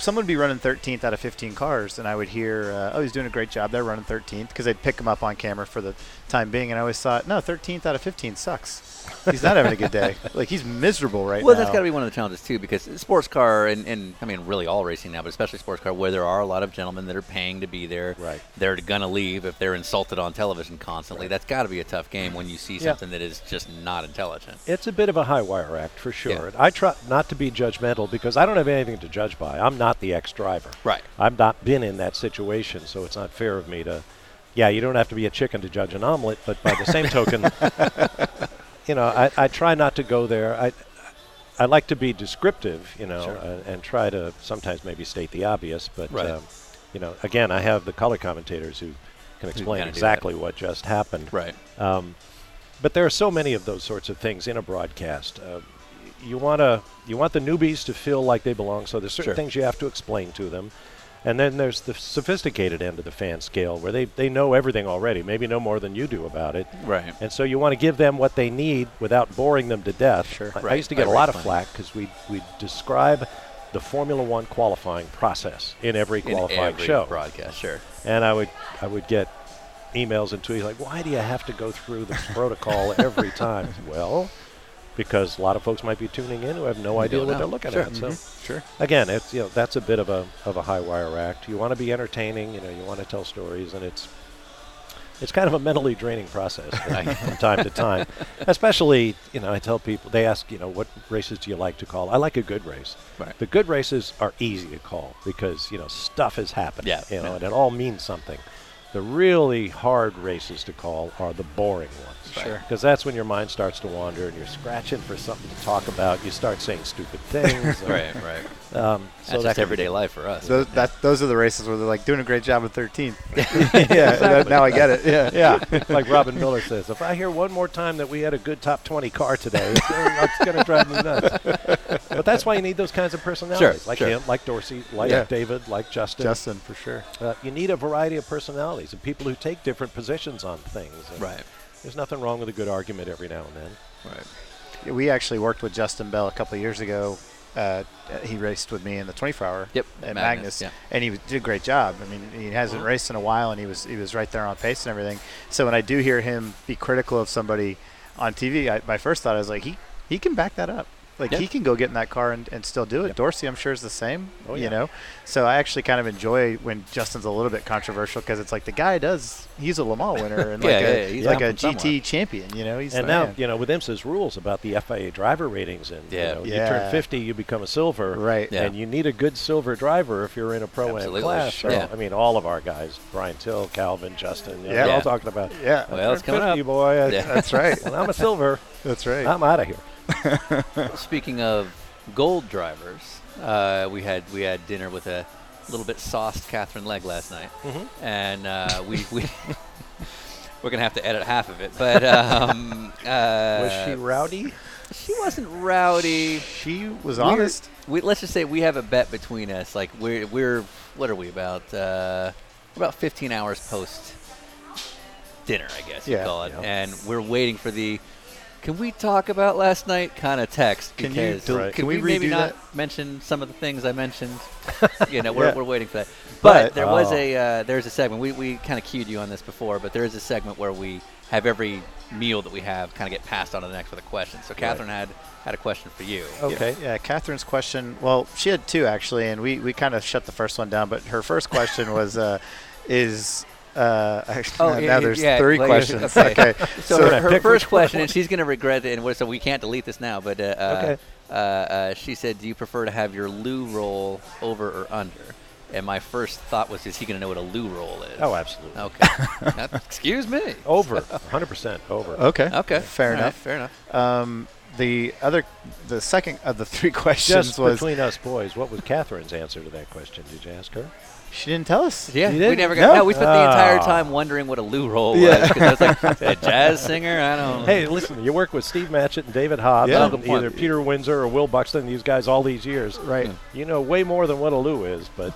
C: Someone would be running 13th out of 15 cars, and I would hear, uh, "Oh, he's doing a great job. They're running 13th," because they'd pick him up on camera for the time being. And I always thought, "No, 13th out of 15 sucks. He's not having a good day. Like he's miserable right
A: Well,
C: now."
A: that's got to be one of the challenges too, because sports car and, and I mean really all racing now, but especially sports car, where there are a lot of gentlemen that are paying to be there.
B: Right.
A: They're gonna leave if they're insulted on television constantly. That's got to be a tough game when you see
B: Yeah.
A: something that is just not intelligent.
B: It's a bit of a high wire act for sure.
A: Yeah.
B: And I try not to be judgmental because I don't have anything to judge by. I'm not the ex-driver.
A: Right.
B: I've not been in that situation, so it's not fair of me to. Yeah, you don't have to be a chicken to judge an omelet, but by the same token, you know, I, I try not to go there. I I like to be descriptive, you know, and, and try to sometimes maybe state the obvious, but
A: Right.
B: um, you know, again, I have the color commentators who can explain
A: kinda do that.
B: exactly what just happened.
A: Right.
B: Uh, But there are so many of those sorts of things in a broadcast. Uh, y- you want to you want the newbies to feel like they belong, so there's certain
A: Sure.
B: things you have to explain to them. And then there's the sophisticated end of the fan scale where they, they know everything already, maybe no more than you do about it.
A: Right.
B: And so you want to give them what they need without boring them to death. Sure. I, I
A: Right,
B: used to
A: by
B: get a lot
A: race line.
B: of flack because we we describe the Formula One qualifying process in every qualifying
A: in every
B: show
A: broadcast. Sure.
B: and I would I would get emails and tweets like, "Why do you have to go through the protocol every time?" well, because a lot of folks might be tuning in who have no idea
A: don't
B: what
A: know.
B: they're looking
A: Sure. Mm-hmm.
B: at. So
A: Sure.
B: again, it's you know that's a bit of a of a high wire act. You want to be entertaining, you know, you want to tell stories, and it's it's kind of a mentally draining process from- from time to time. Especially, you know, I tell people they ask, you know, what races do you like to call? I like a good race.
A: Right.
B: The good races are easy to call because you know stuff is happening.
A: Yeah,
B: you know,
A: yeah.
B: and it all means something. The really hard races to call are the boring ones.
A: Sure.
B: Because that's when your mind starts to wander and you're scratching for something to talk about. You start saying stupid things. and,
A: Right. Right.
B: Um,
A: That's
B: so that
A: just
B: can-
A: everyday life for us.
C: Those, that, those are the races where they're like doing a great job at 13th. yeah, that- now I get it. Yeah.
B: Yeah, like Robin Miller says, if I hear one more time that we had a good top 20 car today, it's gonna- it's going to drive me nuts. But that's why you need those kinds of personalities, like
A: sure.
B: him, like Dorsey, like
C: Yeah.
B: David, like Justin.
C: Justin, for sure.
B: Uh, you need a variety of personalities and people who take different positions on things. And
A: Right.
B: There's nothing wrong with a good argument every now and then.
A: Right.
C: We actually worked with Justin Bell a couple of years ago. Uh, he raced with me in the 24 hour
A: Yep,
C: at
A: Magnus,
C: Magnus,
A: yeah. Mm-hmm.
C: and he was- did a great job. I mean, he hasn't raced in a while, and he was he was right there on pace and everything. So when I do hear him be critical of somebody on TV, I, my first thought is like he he can back that up. Like
A: Yeah.
C: he can go get in that car and, and still do it. Dorsey, I'm sure, is the same.
B: Oh,
C: you
B: yeah.
C: know, so I actually kind of enjoy when Justin's a little bit controversial because it's like the guy does. He's a Le Mans winner and
A: Yeah,
C: like
A: yeah,
C: a,
A: he's
C: like
A: come from
C: a GT champion. You know, he's
B: and
C: the
B: now,
C: man.
B: you know, with IMSA's rules about the FIA driver ratings, and
A: Yeah.
B: you, know, you
C: Yeah.
B: turn 50, you become a silver,
C: Right.
A: Yeah.
B: And you need a good silver driver if you're in a pro am
A: Absolutely.
B: class.
A: Sure.
B: So,
A: Yeah.
B: I mean, all of our guys, Brian Till, Calvin, Justin, you know,
C: Yeah.
B: they're all
A: Yeah.
B: talking about.
C: Yeah,
B: "I
A: Well, it's
B: turned
A: coming up."
B: 50, boy. I-
A: Yeah.
C: that's right.
A: Um,
B: When I'm a silver,
C: That's right.
B: I'm out of here.
A: Speaking of Gold Drivers. Uh, we had we had dinner with a little bit sauced Catherine Leg last night,
B: Mm-hmm.
A: and uh, we we we're gonna have to edit half of it. But um, uh,
B: Was she rowdy?
A: she wasn't rowdy.
C: She was
A: We're-
C: honest.
A: We, let's just say we have a bet between us. Like we're we're what are we about? Uh, we're about 15 hours post dinner, I guess you
C: Yeah.
A: call it,
B: Yeah.
A: and we're waiting for the. Can we talk about last night? Kind of text
C: Can you
A: because
C: del-
A: could
C: can
A: we,
C: we
A: maybe
C: redo
A: not mention some of the things I mentioned? you know, we're,
C: Yeah.
A: we're waiting for that. But,
C: But-
A: there was
B: Oh.
A: a uh, there's a segment we, we kind of cued you on this before, but there is a segment where we have every meal that we have kind of get passed on to the next with a question. So Catherine had had a question for
C: Oh,
A: you.
B: Okay.
C: Yeah, Catherine's question. Well, she had two actually, and we, we kind of shut the first one down. But her first question was, uh, is uh,
A: Oh,
C: now
A: yeah,
C: there's
A: yeah,
C: three
A: like,
C: questions.
A: okay.
C: Okay.
A: So,
B: Can
A: her,
B: I
A: her
B: pick
A: first
B: which one I
A: question, and she's going to regret it, and we're, so we can't delete this now. But uh, uh,
B: Okay.
A: uh, uh, she said, "Do you prefer to have your loo roll over or under?" And my first thought was, "Is he going to know what a loo roll is?"
B: Oh, absolutely.
A: okay. Uh, Excuse me.
B: Over. 100% over.
C: okay.
A: Okay.
C: Fair
A: All right,
C: enough.
A: fair enough.
C: Um, the other, the second of the three questions
B: Just
C: was
B: between us boys, what was Catherine's answer to that question? Did you ask her?
C: she didn't tell us.
A: Yeah,
B: You
A: we
B: didn't?
A: never got. No,
B: No.
A: we spent the entire
B: Ah.
A: time wondering what a loo roll
C: Yeah.
A: was because I was like, a jazz singer. I don't.
B: Hey, listen, you work with Steve Matchett and David Hobbs,
C: Yeah.
B: and
A: Oh, good point.
B: either Peter Windsor or Will Buxton, these guys all these years.
C: Right.
B: You know way more than what a Lou is, but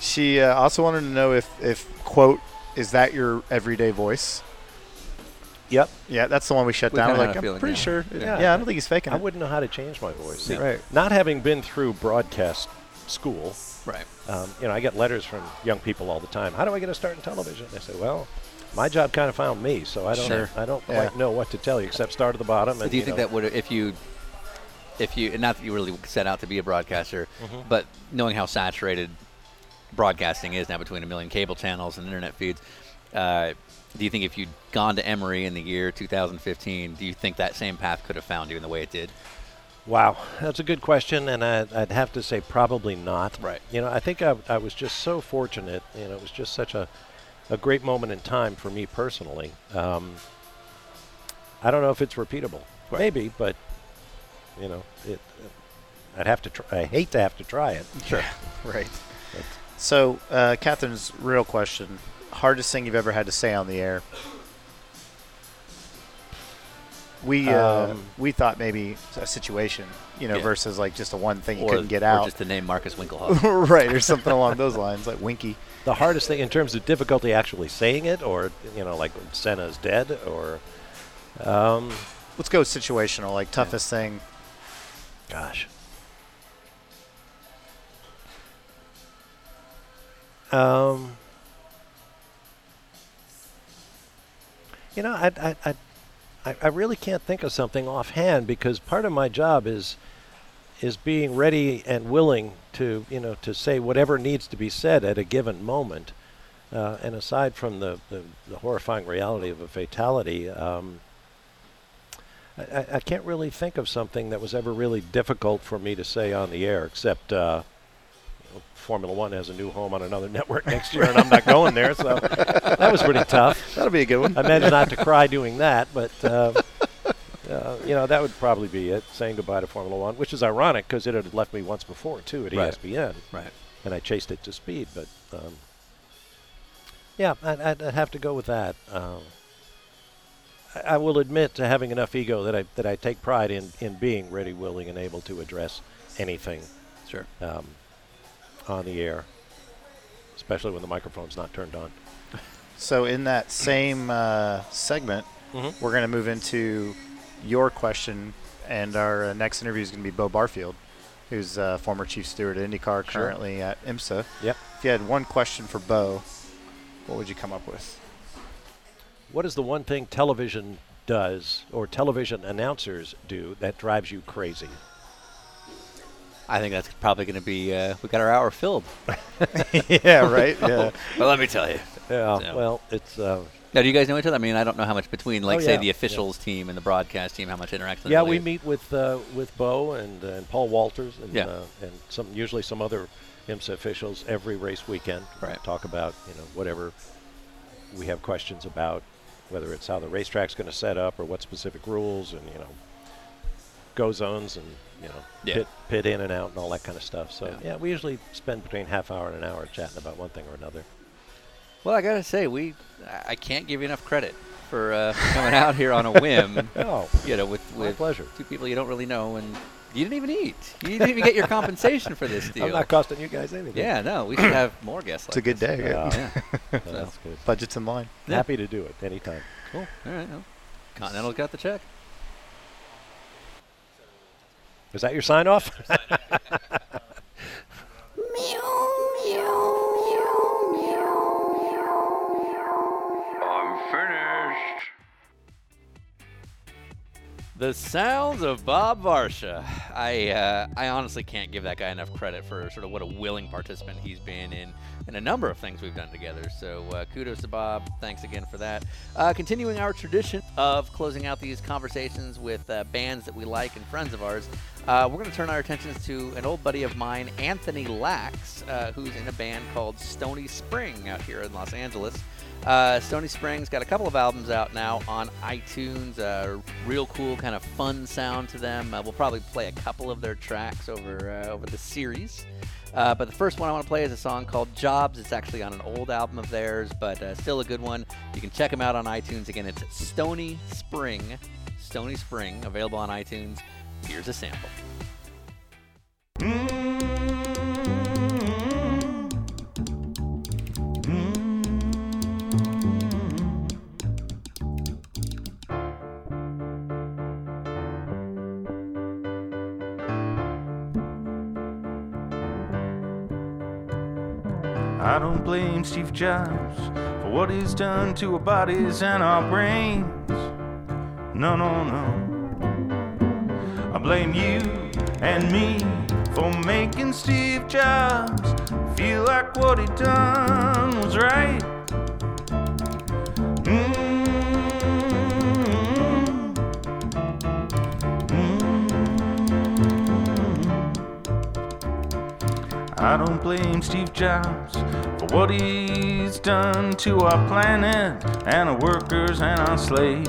C: She uh, also wanted to know if if quote is that your everyday voice?
B: yep,
C: Yeah, that's the one we shut
A: We
C: down.
A: kinda
C: We're
A: had
C: like,
A: a
C: I'm
A: feeling,
C: pretty
A: yeah.
C: sure.
B: Yeah.
C: Yeah. I don't think he's faking
B: I
C: it.
B: wouldn't know how to change my voice.
A: Yeah.
C: Right.
B: Not having been through broadcast school,
A: Right.
B: um, you know, I get letters from young people all the time. How do I get a start in television? They say, well, my job kind of found me, so I don't,
A: Sure.
B: I don't
C: Yeah.
B: quite know what to tell you except start at the bottom. And
A: do you,
B: you
A: think
B: know,
A: that would if you if you and not that you really set out to be a broadcaster
C: Mm-hmm.
A: but knowing how saturated broadcasting is now between a million cable channels and internet feeds uh, do you think if you'd gone to Emory in the year 2015, do you think that same path could have found you in the way it did?
B: Wow, that's a good question, and I, I'd have to say probably not.
A: Right.
B: You know, I think I, I was just so fortunate, and it was just such a, a great moment in time for me personally. Um, I don't know if it's repeatable. Maybe, but you know, it. I'd have to. Try, I hate to have to try it.
C: Sure. right. So, uh, Catherine's real question: hardest thing you've ever had to say on the air? We uh,
B: Um,
C: we thought maybe a situation, you know,
A: Yeah.
C: versus like just a one thing you
A: or,
C: couldn't get
A: or
C: out,
A: just the name Marcus Winkelhoff?
C: right, or something along those lines, like Winky.
B: The hardest thing in terms of difficulty actually saying it, or you know, like Senna's dead, or
C: Let's go situational, like toughest thing.
B: Gosh. Um, you know, I, I, I, I- I really can't think of something offhand because part of my job is is being ready and willing to you know to say whatever needs to be said at a given moment. Uh, and aside from the, the, the horrifying reality of a fatality, um, I- I, I can't really think of something that was ever really difficult for me to say on the air, except uh, you know, Formula One has a new home on another network next year, and I'm not going there, so that was pretty tough.
C: That'll be a good one.
B: I managed not to cry doing that, but um, uh, you know that would probably be it. Saying goodbye to Formula One, which is ironic because it had left me once before too at E
A: Right.
B: ESPN,
A: right.
B: and I chased it to speed. But um, yeah, I'd, I'd I'd have to go with that. Um, I, I will admit to having enough ego that I that I take pride in in being ready, willing, and able to address anything
A: Sure.
B: um, on the air, especially when the microphone's not turned on.
C: So in that same uh, segment, we're going to move into your question, and our uh, next interview is going to be Bo Barfield, who's uh, former chief steward at IndyCar, currently at IMSA.
B: Yep.
C: If you had one question for Bo, what would you come up with?
B: What is the one thing television does or television announcers do that drives you crazy?
A: I think that's probably going to be, uh, we got our hour filled.
C: yeah, right. Yeah.
A: Well, let me tell you.
B: Yeah.
A: So-
B: Well, it's uh,
A: Now, do you guys know each other? I mean, I don't know how much between, like,
B: Oh,
A: say,
B: yeah.
A: the
B: Yeah.
A: officials team and the broadcast team, how much interaction.
B: yeah.
A: there
B: We
A: is.
B: meet with uh, with Bo and uh, and Paul Walters and
A: Yeah.
B: uh, and some usually some other IMSA officials every race weekend.
A: Right.
B: Talk about you know whatever we have questions about, whether it's how the racetrack's going to set up or what specific rules and you know go zones and you know
A: Yeah.
B: pit pit in and out and all that kind of stuff. So
A: Yeah.
B: yeah. we usually spend between half hour and an hour chatting about one thing or another.
A: Well, I gotta say, we I- I can't give you enough credit for uh, coming out here on a whim.
B: Oh,
A: You know, with
B: My
A: with
B: pleasure.
A: two people you don't really know, and you didn't even eat. You didn't even get your compensation for this deal.
B: I'm not costing you guys anything.
A: yeah, no, we should have more guests.
C: It's a
A: like
C: good
A: this.
C: day.
B: Yeah.
A: Yeah,
B: No, that's good.
C: Budget's in line.
A: Yeah.
B: Happy to do it anytime.
A: cool. All right, well, Continental got the check.
B: Is that your sign off?
E: I'm finished.
A: The sounds of Bob Varsha. I uh, I honestly can't give that guy enough credit for sort of what a willing participant he's been in in a number of things we've done together. So uh, kudos to Bob. Thanks again for that. Uh, continuing our tradition of closing out these conversations with uh, bands that we like and friends of ours, uh, we're going to turn our attentions to an old buddy of mine, Anthony Lax, uh, who's in a band called Stony Spring out here in Los Angeles. Uh, Stony Springs got a couple of albums out now on iTunes. Uh, real cool, kind of fun sound to them. Uh, we'll probably play a couple of their tracks over uh, over the series. Uh, but the first one I want to play is a song called Jobs. It's actually on an old album of theirs, but uh, still a good one. You can check them out on iTunes. Again, it's Stony Spring. Stony Spring, available on iTunes. Here's a sample.
G: I don't blame Steve Jobs for what he's done to our bodies and our brains. No, no, no. I blame you and me for making Steve Jobs feel like what he done was right. Mm. I don't blame Steve Jobs for what he's done to our planet and our workers and our slaves.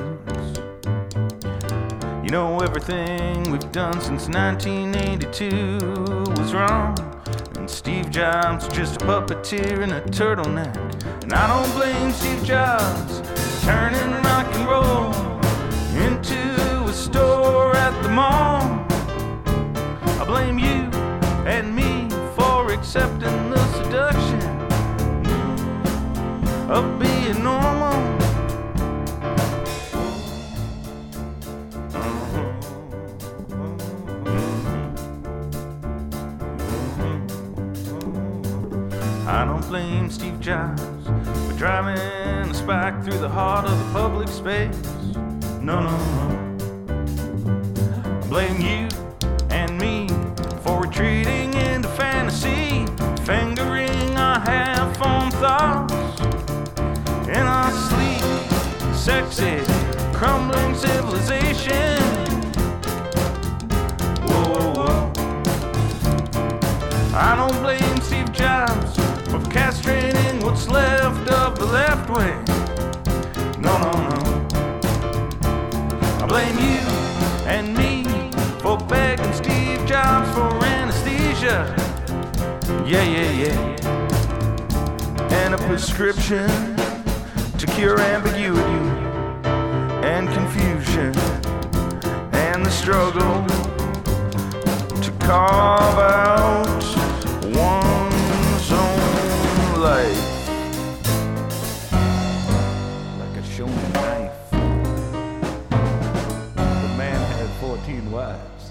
G: You know, everything we've done since 1982 was wrong. And Steve Jobs just a puppeteer in a turtleneck. And I don't blame Steve Jobs for turning rock and roll into a store at the mall. I blame you and me for accepting the seduction of being normal. I don't blame Steve Jobs for driving a spike through the heart of the public space. No, no, no blame you and me for retreating into fantasy, fingering our half formed thoughts in our sleep, sexy, crumbling civilization. Whoa, whoa, whoa. I don't blame Steve Jobs for castrating what's left of the left wing. No, no, no. I blame you and me for begging Steve Jobs for anesthesia. Yeah, yeah, yeah. And a prescription to cure ambiguity and confusion and the struggle to carve out one's own life like a shown knife. The man had 14 wives.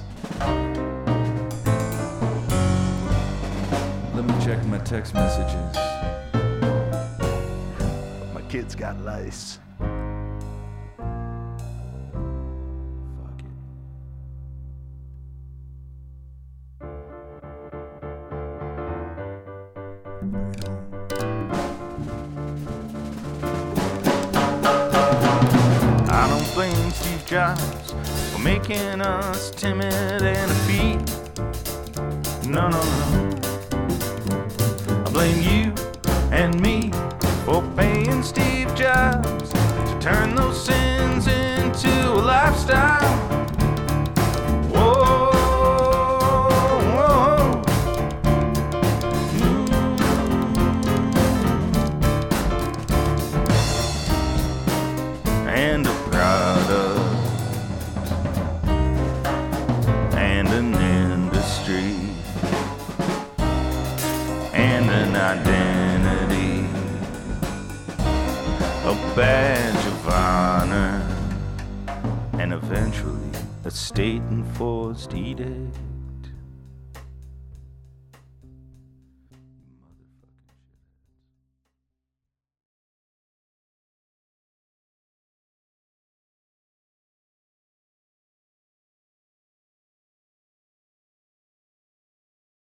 G: Let me check my text messages. My kids got lice. Fuck it. I don't blame Steve Jobs for making us timid and defeat. No, no, no. I blame you and me for paying Steve Jobs to turn those sins into a lifestyle. Whoa, badge of honor, and eventually a state enforced edict.